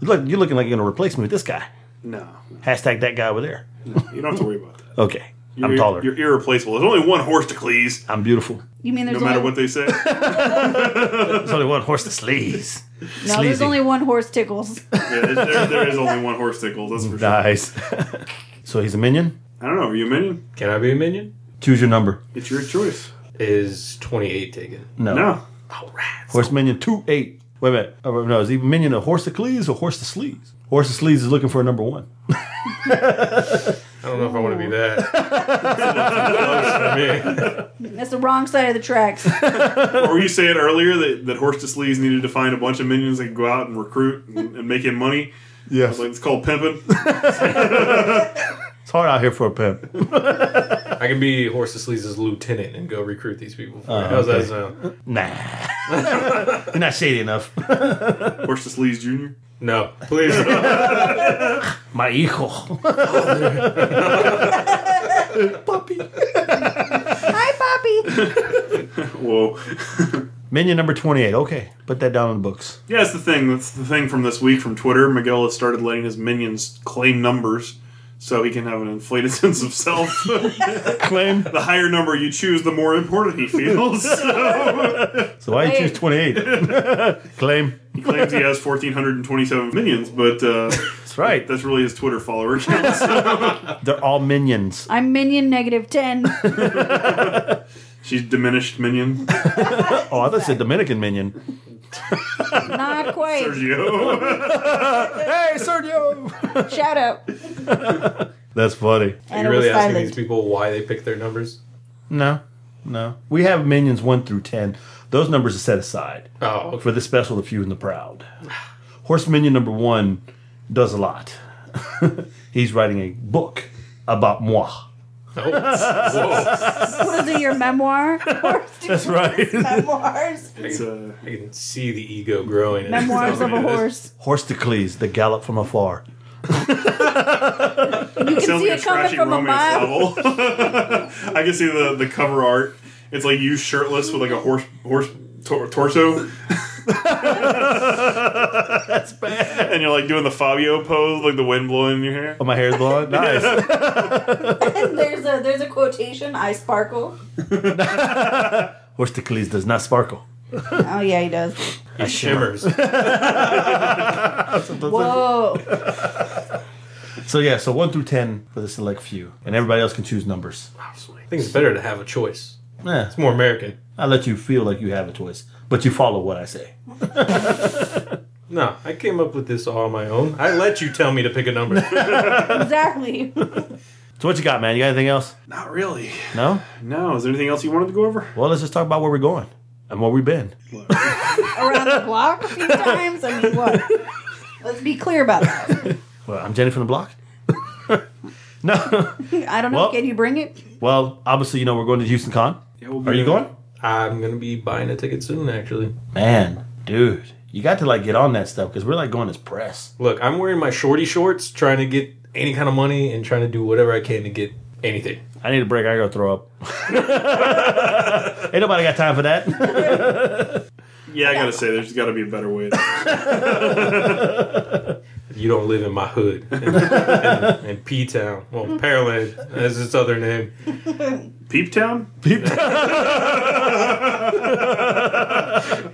Speaker 1: You look, you're looking like you're going to replace me with this guy.
Speaker 2: no,
Speaker 1: Hashtag that guy over there.
Speaker 2: you don't have to worry about that.
Speaker 1: Okay.
Speaker 2: You're-
Speaker 1: I'm taller.
Speaker 2: You're irreplaceable. There's only one horse to please,
Speaker 1: I'm beautiful.
Speaker 5: You mean
Speaker 2: no
Speaker 5: there's
Speaker 2: matter
Speaker 5: only,
Speaker 2: what they say.
Speaker 1: There's only one horse to sleaze.
Speaker 5: no? There's
Speaker 1: sleazy.
Speaker 5: only one horse tickles.
Speaker 2: yeah, there, there is only one horse tickles. That's for sure.
Speaker 1: Nice. so he's a minion?
Speaker 2: I don't know. Are you a minion?
Speaker 4: Can I be a minion?
Speaker 1: Choose your number.
Speaker 2: It's your choice.
Speaker 4: Is twenty eight taken?
Speaker 1: No.
Speaker 2: No.
Speaker 4: All right.
Speaker 1: Horse minion 2 8. Wait a minute. Oh, no, is he minion a horse to cleese or horse to sleaze? Horse to sleaze is looking for a number one.
Speaker 4: I don't know if I want to be that.
Speaker 5: That's the wrong side of the tracks.
Speaker 2: Or were you saying earlier that, that Horse to Sleaze needed to find a bunch of minions that could go out and recruit and, and make him money? I
Speaker 1: Yes.
Speaker 2: was like, it's called pimping.
Speaker 1: It's hard out here for a pimp.
Speaker 4: I can be Horse of Sleaze's lieutenant and go recruit these people. For
Speaker 1: Oh,
Speaker 4: it. How's
Speaker 1: okay.
Speaker 4: that sound?
Speaker 1: Nah. You're not shady enough.
Speaker 2: Horse to Sleaze Jr.
Speaker 4: No, please.
Speaker 1: My hijo. Puppy.
Speaker 5: Hi, Poppy.
Speaker 2: Whoa.
Speaker 1: Minion number 28. Okay. Put that down in the books.
Speaker 2: yeah, it's the thing. That's the thing from this week from Twitter. Miguel has started letting his minions claim numbers so he can have an inflated sense of self. the
Speaker 1: Claim.
Speaker 2: higher number you choose, the more important he feels.
Speaker 1: So
Speaker 2: So
Speaker 1: why you
Speaker 5: Claim.
Speaker 1: choose 28? Claim.
Speaker 2: he claims he has 1,427 minions, but uh,
Speaker 1: That's right.
Speaker 2: that's really his Twitter follower count. so.
Speaker 1: They're all minions.
Speaker 5: I'm minion negative ten.
Speaker 2: She's diminished minion,
Speaker 1: Oh, I thought it said Dominican minion.
Speaker 5: Not quite.
Speaker 2: Sergio.
Speaker 1: hey, Sergio!
Speaker 5: Shout out.
Speaker 1: That's funny.
Speaker 5: And it
Speaker 4: You're
Speaker 5: was
Speaker 4: really asking
Speaker 5: silent.
Speaker 4: these people why they pick their numbers?
Speaker 1: No, no. We have minions 1 through 10. Those numbers are set aside
Speaker 4: Oh, okay.
Speaker 1: for the special, the few, and the proud. Horse minion number one does a lot. He's writing a book about moi.
Speaker 4: Oh,
Speaker 5: What is it? Your memoir?
Speaker 1: That's right.
Speaker 5: memoirs.
Speaker 2: It's, uh,
Speaker 4: whoa. I can see the ego growing. in
Speaker 5: Memoirs of a
Speaker 4: his-
Speaker 5: horse.
Speaker 1: Horstacles, the gallop from afar.
Speaker 5: You can
Speaker 2: sounds
Speaker 5: see
Speaker 2: like a
Speaker 5: it coming
Speaker 2: trashy
Speaker 5: from a mile.
Speaker 2: romance novel. I can see the, the cover art. It's like you shirtless with like a horse horse tor- torso,
Speaker 1: That's bad.
Speaker 2: and you're like doing the Fabio pose, like the wind blowing in your hair.
Speaker 1: Oh, my hair's blonde. Nice.
Speaker 3: there's a there's a quotation. I sparkle.
Speaker 1: Horstacles does not sparkle.
Speaker 5: Oh yeah, he does.
Speaker 4: He shimmers.
Speaker 5: Whoa.
Speaker 1: So yeah, so one through ten for the select few, and everybody else can choose numbers.
Speaker 4: I think it's better to have a choice.
Speaker 1: Yeah,
Speaker 4: It's more American.
Speaker 1: I let you feel like you have a choice, but you follow what I say.
Speaker 4: No, I came up with this all on my own. I let you tell me to pick a number.
Speaker 5: exactly.
Speaker 1: So what you got, man? You got anything else?
Speaker 2: Not really.
Speaker 1: No.
Speaker 2: No. Is there anything else you wanted to go over?
Speaker 1: Well, let's just talk about where we're going and where we've been.
Speaker 5: Around the block a few times. I mean, what? Let's be clear about that.
Speaker 1: Well, I'm Jenny from the block. no.
Speaker 5: I don't know.
Speaker 1: Well-
Speaker 5: can you bring it?
Speaker 1: Well, obviously, you know we're going to Houston Con.
Speaker 2: Yeah, we'll be
Speaker 1: Are you going?
Speaker 4: I'm gonna be buying a ticket soon, actually.
Speaker 1: Man, dude, you got to like get on that stuff because we're like going as press.
Speaker 4: Look, I'm wearing my shorty shorts, trying to get any kind of money and trying to do whatever I can to get anything.
Speaker 1: I need a break. I gotta throw up. Ain't nobody got time for that.
Speaker 2: Yeah, I gotta say, there's got to be a better way. To-
Speaker 4: You don't live in my hood. in in P Town. Well, Pearland, as its other name.
Speaker 2: Peep Town.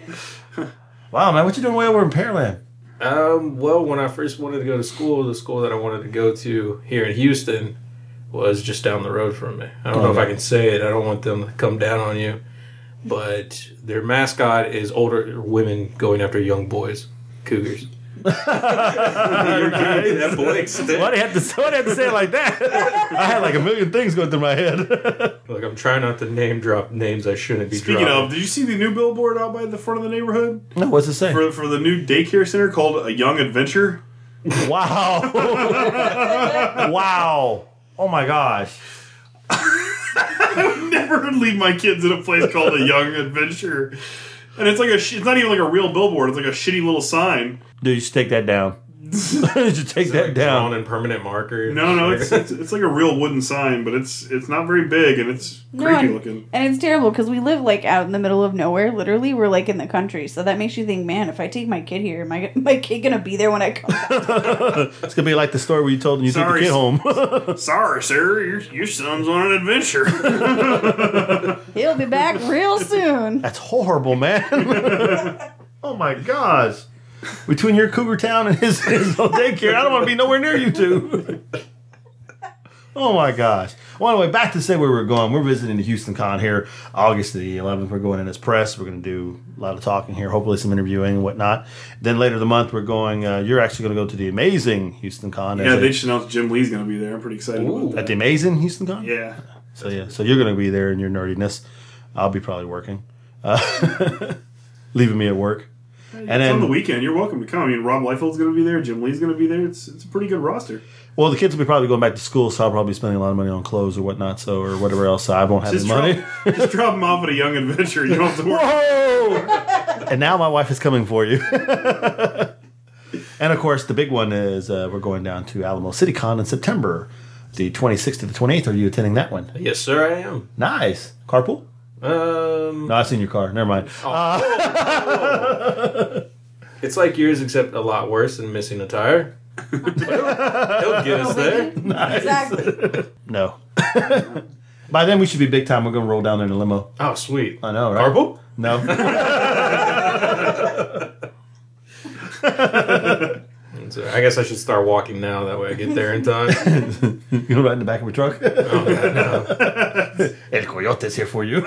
Speaker 1: wow, man, what you doing way over in Pearland?
Speaker 4: Um, well, when I first wanted to go to school, the school that I wanted to go to here in Houston was just down the road from me. I don't know if I can say it. I don't want them to come down on you. But their mascot is older women going after young boys, cougars. You're good. That Blake stick.
Speaker 1: Why do you have to? Why do you have to say it like that? I had like a million things going through my head.
Speaker 4: Look, I'm trying not to name drop names I shouldn't be
Speaker 2: Speaking
Speaker 4: dropping.
Speaker 2: of, did you see the new billboard out by the front of the neighborhood
Speaker 1: no, what's it say?
Speaker 2: for for the new daycare center called A Young Adventure?
Speaker 1: Wow! wow! Oh my gosh!
Speaker 2: Never leave my kids in a place called A Young Adventure. And it's like a, sh- it's not even like a real billboard. It's like a shitty little sign.
Speaker 1: Dude, you should take that down. you should take that
Speaker 4: like
Speaker 1: down.
Speaker 4: drawn in permanent marker.
Speaker 2: No, no, it's, it's it's like a real wooden sign, but it's it's not very big and it's
Speaker 5: No,
Speaker 2: creepy
Speaker 5: and-
Speaker 2: looking.
Speaker 5: And it's terrible because we live like out in the middle of nowhere. Literally, we're like in the country, so that makes you think, man, if I take my kid here, am I my kid gonna be there when I come? back?
Speaker 1: it's gonna be like the story where you told them you took the
Speaker 2: Sorry.
Speaker 1: kid home.
Speaker 2: Sorry, sir, your your son's on an adventure.
Speaker 5: He'll be back real soon.
Speaker 1: That's horrible, man. oh my gosh. Between your cougar town and his, his old daycare, I don't want to be nowhere near you two. oh my gosh. Well, anyway, back to say where we're going. We're visiting the Houston Con here, August the 11th. We're going in as press. We're going to do a lot of talking here, hopefully some interviewing and whatnot. Then later the month, we're going. Uh, you're actually going to go to the amazing Houston Con. as
Speaker 2: yeah,
Speaker 1: a-
Speaker 2: they just announced Jim Lee's going to be there. I'm pretty excited about
Speaker 1: at
Speaker 2: that.
Speaker 1: the amazing Houston Con.
Speaker 2: Yeah,
Speaker 1: So yeah, so you're gonna be there in your nerdiness. I'll be probably working, uh, leaving me at work, and
Speaker 2: it's on the
Speaker 1: then
Speaker 2: weekend. You're welcome to come. I mean, Rob Liefeld's going to be there. Jim Lee's going to be there. It's it's a pretty good roster.
Speaker 1: well, the kids will be probably going back to school, so I'll probably be spending a lot of money on clothes or whatnot, so or whatever else. So I won't have
Speaker 2: Just
Speaker 1: the money.
Speaker 2: drop, just drop him off at a young adventure. You don't have to worry.
Speaker 1: Whoa! Oh! and now my wife is coming for you. and of course, the big one is uh, we're going down to Alamo City Con in September, the 26th to the 28th. Are you attending that one?
Speaker 4: Yes, sir, I am.
Speaker 1: Nice carpool.
Speaker 4: Um,
Speaker 1: No, I've seen your car. Never mind.
Speaker 4: it's like yours, except a lot worse and missing a tire. He'll get us there.
Speaker 5: Exactly.
Speaker 1: No. By then we should be big time. We're gonna roll down there in a limo.
Speaker 4: Oh, sweet.
Speaker 1: I know, right?
Speaker 4: Carpool?
Speaker 1: No.
Speaker 4: So I guess I should start walking now. That way I get there in time.
Speaker 1: you gonna ride in the back of a truck?
Speaker 4: Oh, God, no.
Speaker 1: El Coyote's here for you.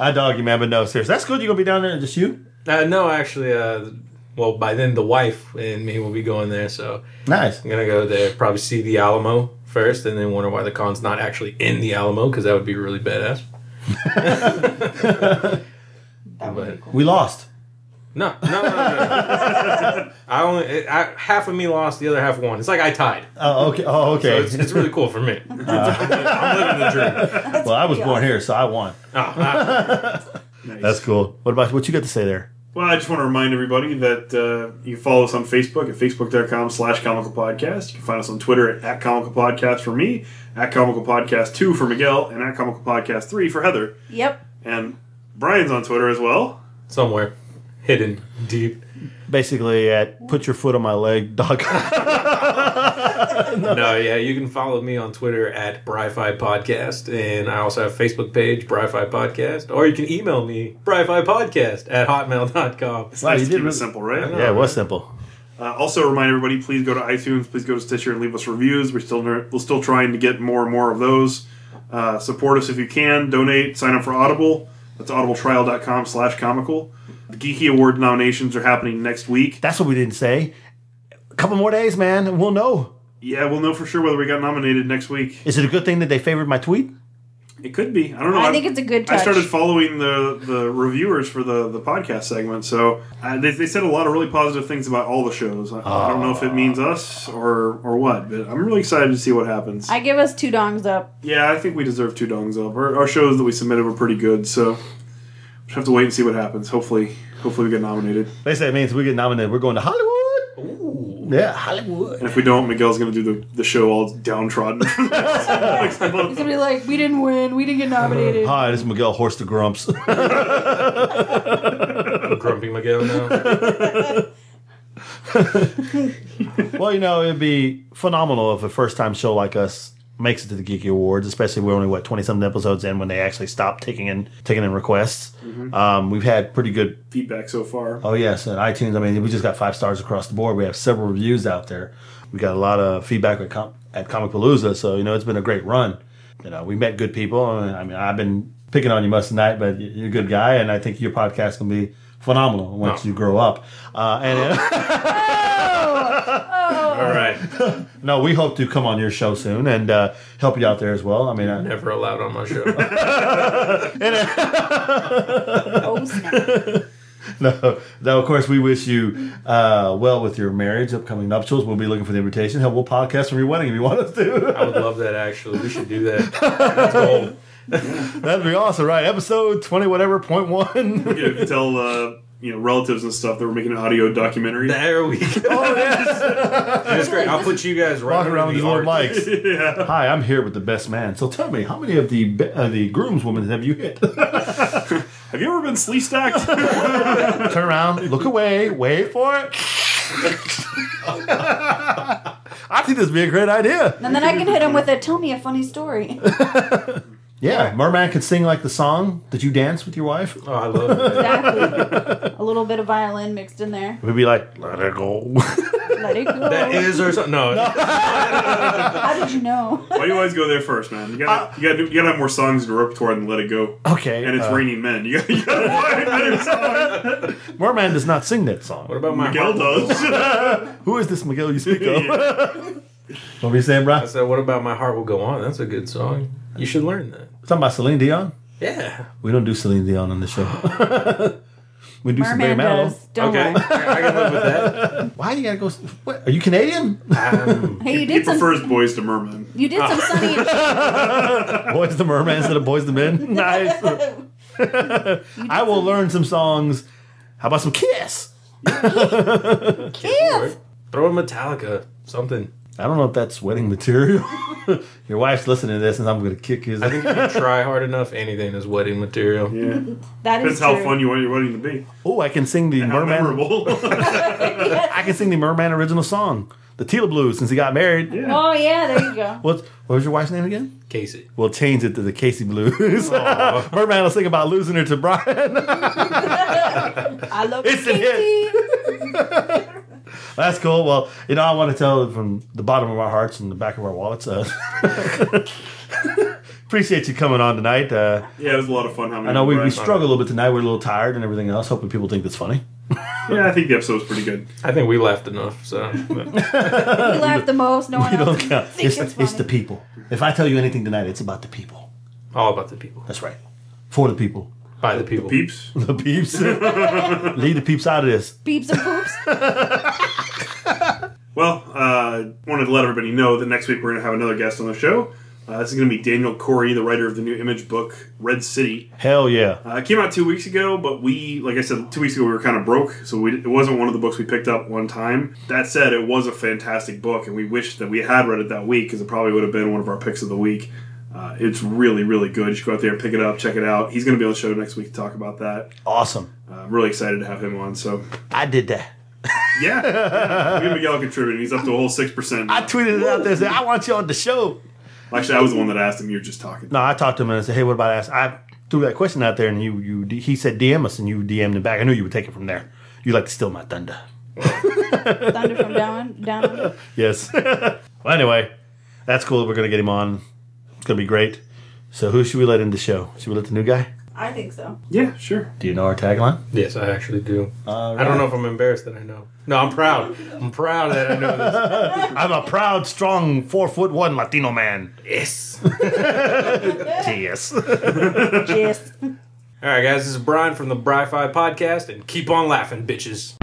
Speaker 1: I dog you, man, but no, seriously. That's good. You're gonna be down there just you?
Speaker 4: Uh, no, actually, uh, well, by then the wife and me will be going there. So
Speaker 1: Nice.
Speaker 4: I'm going to go there, probably see the Alamo first, and then wonder why the con's not actually in the Alamo because that would be really badass.
Speaker 5: That would be cool.
Speaker 1: We lost.
Speaker 4: No, no, no, no. no. I only I, half of me lost, the other half won. It's like I tied.
Speaker 1: Oh, okay. Oh,
Speaker 4: So
Speaker 1: okay. Uh.
Speaker 4: it's, it's really cool for me. I'm living the dream.
Speaker 1: well, I was born here, so I won.
Speaker 4: Oh, ah,
Speaker 2: Nice.
Speaker 1: That's cool. What about what you got to say there?
Speaker 2: Well, I just want to remind everybody that uh, you can follow us on Facebook at facebook.com slash comical podcast. You can find us on Twitter at, at comical podcast for me, at comical podcast 2 for Miguel, and at comical podcast 3 for Heather.
Speaker 5: Yep.
Speaker 2: And Brian's on Twitter as well.
Speaker 4: somewhere hidden deep.
Speaker 1: Basically, at put your foot on my leg, dog.
Speaker 4: No, yeah, you can follow me on Twitter at Bri-Fi Podcast, and I also have a Facebook page, Bri-Fi Podcast, or you can email me, Bri-Fi Podcast at hotmail.com.
Speaker 2: It's
Speaker 1: Wow,
Speaker 2: nice
Speaker 1: you did
Speaker 2: to keep it
Speaker 1: really-
Speaker 2: simple, right?
Speaker 1: yeah, it was simple.
Speaker 2: Uh, also, remind everybody, please go to iTunes, please go to Stitcher and leave us reviews. We're still, we're still trying to get more and more of those. Uh, support us if you can. Donate, sign up for Audible. That's audibletrial.com slash comical. The Geeky Award nominations are happening next week.
Speaker 1: That's what we didn't say. A couple more days, man, and we'll know.
Speaker 2: Yeah, we'll know for sure whether we got nominated next week.
Speaker 1: Is it a good thing that they favored my tweet?
Speaker 2: It could be. I don't know.
Speaker 5: I
Speaker 2: I'm-
Speaker 5: think it's a good
Speaker 2: I
Speaker 5: touch.
Speaker 2: started following the, the reviewers for the, the podcast segment, so I, they, they said a lot of really positive things about all the shows. I, I don't know if it means us or or what, but I'm really excited to see what happens.
Speaker 5: I give us two dongs up.
Speaker 2: yeah, I think we deserve two dongs up. Our, our shows that we submitted were pretty good, so we just have to wait and see what happens. Hopefully, hopefully we get nominated.
Speaker 1: They say it means we get nominated. We're going to Hollywood. Yeah, Hollywood.
Speaker 2: And if we don't, Miguel's going to do the, the show all downtrodden.
Speaker 5: He's gonna be like, we didn't win, we didn't get nominated.
Speaker 1: Hi, this is Miguel Horse the Grumps.
Speaker 4: Grumpy Miguel now.
Speaker 1: well, you know, it'd be phenomenal if a first time show like us makes it to the Geeky Awards, especially we're only what twenty something episodes in when they actually stop taking in taking in requests. Um, we've had pretty good
Speaker 2: Feedback so far.
Speaker 1: Oh yes, and iTunes. I mean, we just got five stars across the board. We have several reviews out there. We got a lot of feedback at, Com- at Comic Palooza, so you know it's been a great run. You know, we met good people. and, I mean, I've been picking on you most of the night, but y- you're a good guy, and I think your podcast can be phenomenal once
Speaker 4: No.
Speaker 1: you grow up. Uh, and
Speaker 4: All right.
Speaker 1: no, we hope to come on your show soon and uh, help you out there as well. I mean, uh, I,
Speaker 4: Never allowed on my show.
Speaker 5: Oh snap!
Speaker 1: no, no, of course, we wish you uh, well with your marriage, upcoming nuptials. We'll be looking for the invitation. Hell, we'll podcast from your wedding if you want us to.
Speaker 4: I would love that, actually. We should do that. That's gold.
Speaker 1: That'd be awesome, right? Episode twenty whatever point one.
Speaker 2: You know, you could tell uh, you know relatives and stuff that were making an audio documentary.
Speaker 4: There we go.
Speaker 1: oh yes.
Speaker 4: That's great. I'll put you guys right
Speaker 1: Walk
Speaker 4: under
Speaker 1: around with
Speaker 4: the
Speaker 1: these little mics.
Speaker 4: arc.
Speaker 2: yeah.
Speaker 1: Hi, I'm here with the best man. So tell me, how many of the be- uh, the groomswomen have you hit?
Speaker 2: Have you ever been slee stacked?
Speaker 1: Turn around, look away, wait for it. I think this would be a great idea.
Speaker 5: And then I can hit him with a tell me a funny story.
Speaker 1: Yeah, Merman could sing like the song. Did you dance with your wife?
Speaker 4: Oh, I love it.
Speaker 5: Exactly. a little bit of violin mixed in there.
Speaker 1: We'd be like, let her go.
Speaker 5: Let it go.
Speaker 4: That is or something. No,
Speaker 5: How did you know?
Speaker 2: Why do you always go there first, man? You gotta, you gotta, do- you gotta have more songs in your repertoire than "Let It Go."
Speaker 1: okay.
Speaker 2: And it's
Speaker 1: uh,
Speaker 2: raining men. You gotta, you gotta find better songs.
Speaker 1: Merman does not sing that song.
Speaker 4: what about my
Speaker 2: Miguel
Speaker 4: harp?
Speaker 2: does.
Speaker 1: Who is this Miguel you speak of? what were you saying,
Speaker 4: I
Speaker 1: bro?
Speaker 4: said, "What about my heart will go on?" That's a good song. You should learn that.
Speaker 1: Something about Celine Dion?
Speaker 4: Yeah.
Speaker 1: We don't do Celine Dion on the show. we do some Barry
Speaker 5: Merman
Speaker 1: Manilow.
Speaker 5: does.
Speaker 3: Oh
Speaker 5: Don't
Speaker 4: okay.
Speaker 5: lie.
Speaker 4: I, I can live with that.
Speaker 1: Why you gotta go? What, are you Canadian?
Speaker 4: Um,
Speaker 5: Hey, you
Speaker 2: he
Speaker 5: did some.
Speaker 2: prefers boys to mermen.
Speaker 5: you did some sunny.
Speaker 1: boys the merman instead of boys the men. Nice. I will learn some songs. How about some Kiss?
Speaker 5: Kiss.
Speaker 4: throw a Metallica something.
Speaker 1: I don't know if that's wedding material. Your wife's listening to this, and I'm gonna kick his.
Speaker 4: I think if you try hard enough, anything is wedding material.
Speaker 2: Yeah,
Speaker 5: That is
Speaker 2: depends how
Speaker 5: true.
Speaker 2: fun you want your wedding to be.
Speaker 1: oh, I can sing the
Speaker 2: How
Speaker 1: merman.
Speaker 2: memorable.
Speaker 1: I can sing the merman original song, the Tila Blues, since he got married.
Speaker 2: yeah.
Speaker 5: Oh yeah, there you go.
Speaker 1: What's what was your wife's name again?
Speaker 4: Casey.
Speaker 1: We'll change it to the Casey Blues. Merman will sing about losing her to Brian.
Speaker 5: I love
Speaker 1: It's a hit.
Speaker 5: Kiki.
Speaker 1: That's cool. Well, you know, I want to tell from the bottom of our hearts and the back of our wallets. Uh, appreciate you coming on tonight. Uh,
Speaker 2: yeah, it was a lot of fun. How many
Speaker 1: I know we, we
Speaker 2: Brian-
Speaker 1: struggled a little bit tonight. We're a little tired and everything else. Hoping people think that's funny.
Speaker 2: Yeah, I think the episode was pretty good.
Speaker 4: I think we laughed enough. So
Speaker 5: We laugh the most. No one
Speaker 3: Oh,
Speaker 1: You don't
Speaker 5: else
Speaker 1: count.
Speaker 5: thinks
Speaker 1: It's,
Speaker 5: it's,
Speaker 1: it's the
Speaker 5: funny.
Speaker 1: people. If I tell you anything tonight, it's about the people.
Speaker 4: all about the people,
Speaker 1: That's right. For the people.
Speaker 4: by the people.
Speaker 2: Peeps.
Speaker 1: The peeps. Leave the peeps out of this.
Speaker 5: Beeps and poops.
Speaker 2: Well, uh, wanted to let everybody know that next week we're going to have another guest on the show. Uh, this is going to be Daniel Corey, the writer of the new image book Red City.
Speaker 1: Hell yeah.
Speaker 2: Uh, it came out two weeks ago, but we, like I said, two weeks ago we were kind of broke, so we, it wasn't one of the books we picked up one time. That said, it was a fantastic book, and we wish that we had read it that week because it probably would have been one of our picks of the week. Uh, it's really, really good. You should go out there and pick it up, check it out. He's going to be on the show next week to talk about that.
Speaker 1: Awesome.
Speaker 2: Uh, I'm really excited to have him on. So,
Speaker 1: I did that.
Speaker 2: yeah, yeah. me and Miguel contributing. He's up to a whole six percent.
Speaker 1: I tweeted it out there. Said, I want you on the show.
Speaker 2: Actually, I was the one that asked him. You're just talking.
Speaker 1: No, I talked to him and I said, "Hey, what about ask?" I threw that question out there, and you, you, he said, "DM us," and you DM'd him back. I knew you would take it from there. You like to steal my thunder.
Speaker 5: Thunder from down down. under.
Speaker 1: Yes. well, anyway, that's cool. We're gonna get him on. It's gonna be great. So, who should we let in the show? Should we let the new guy?
Speaker 5: I think so.
Speaker 2: Yeah, sure.
Speaker 1: Do you know our tagline?
Speaker 4: Yes, I actually do. I don't know if I'm embarrassed that I know. No, I'm proud. I'm proud that I know this.
Speaker 1: I'm a proud, strong, four foot one Latino man.
Speaker 4: Yes.
Speaker 1: Yes.
Speaker 5: Just.
Speaker 4: All right, guys. This is Brian from the Bri-Fi podcast, and keep on laughing, bitches.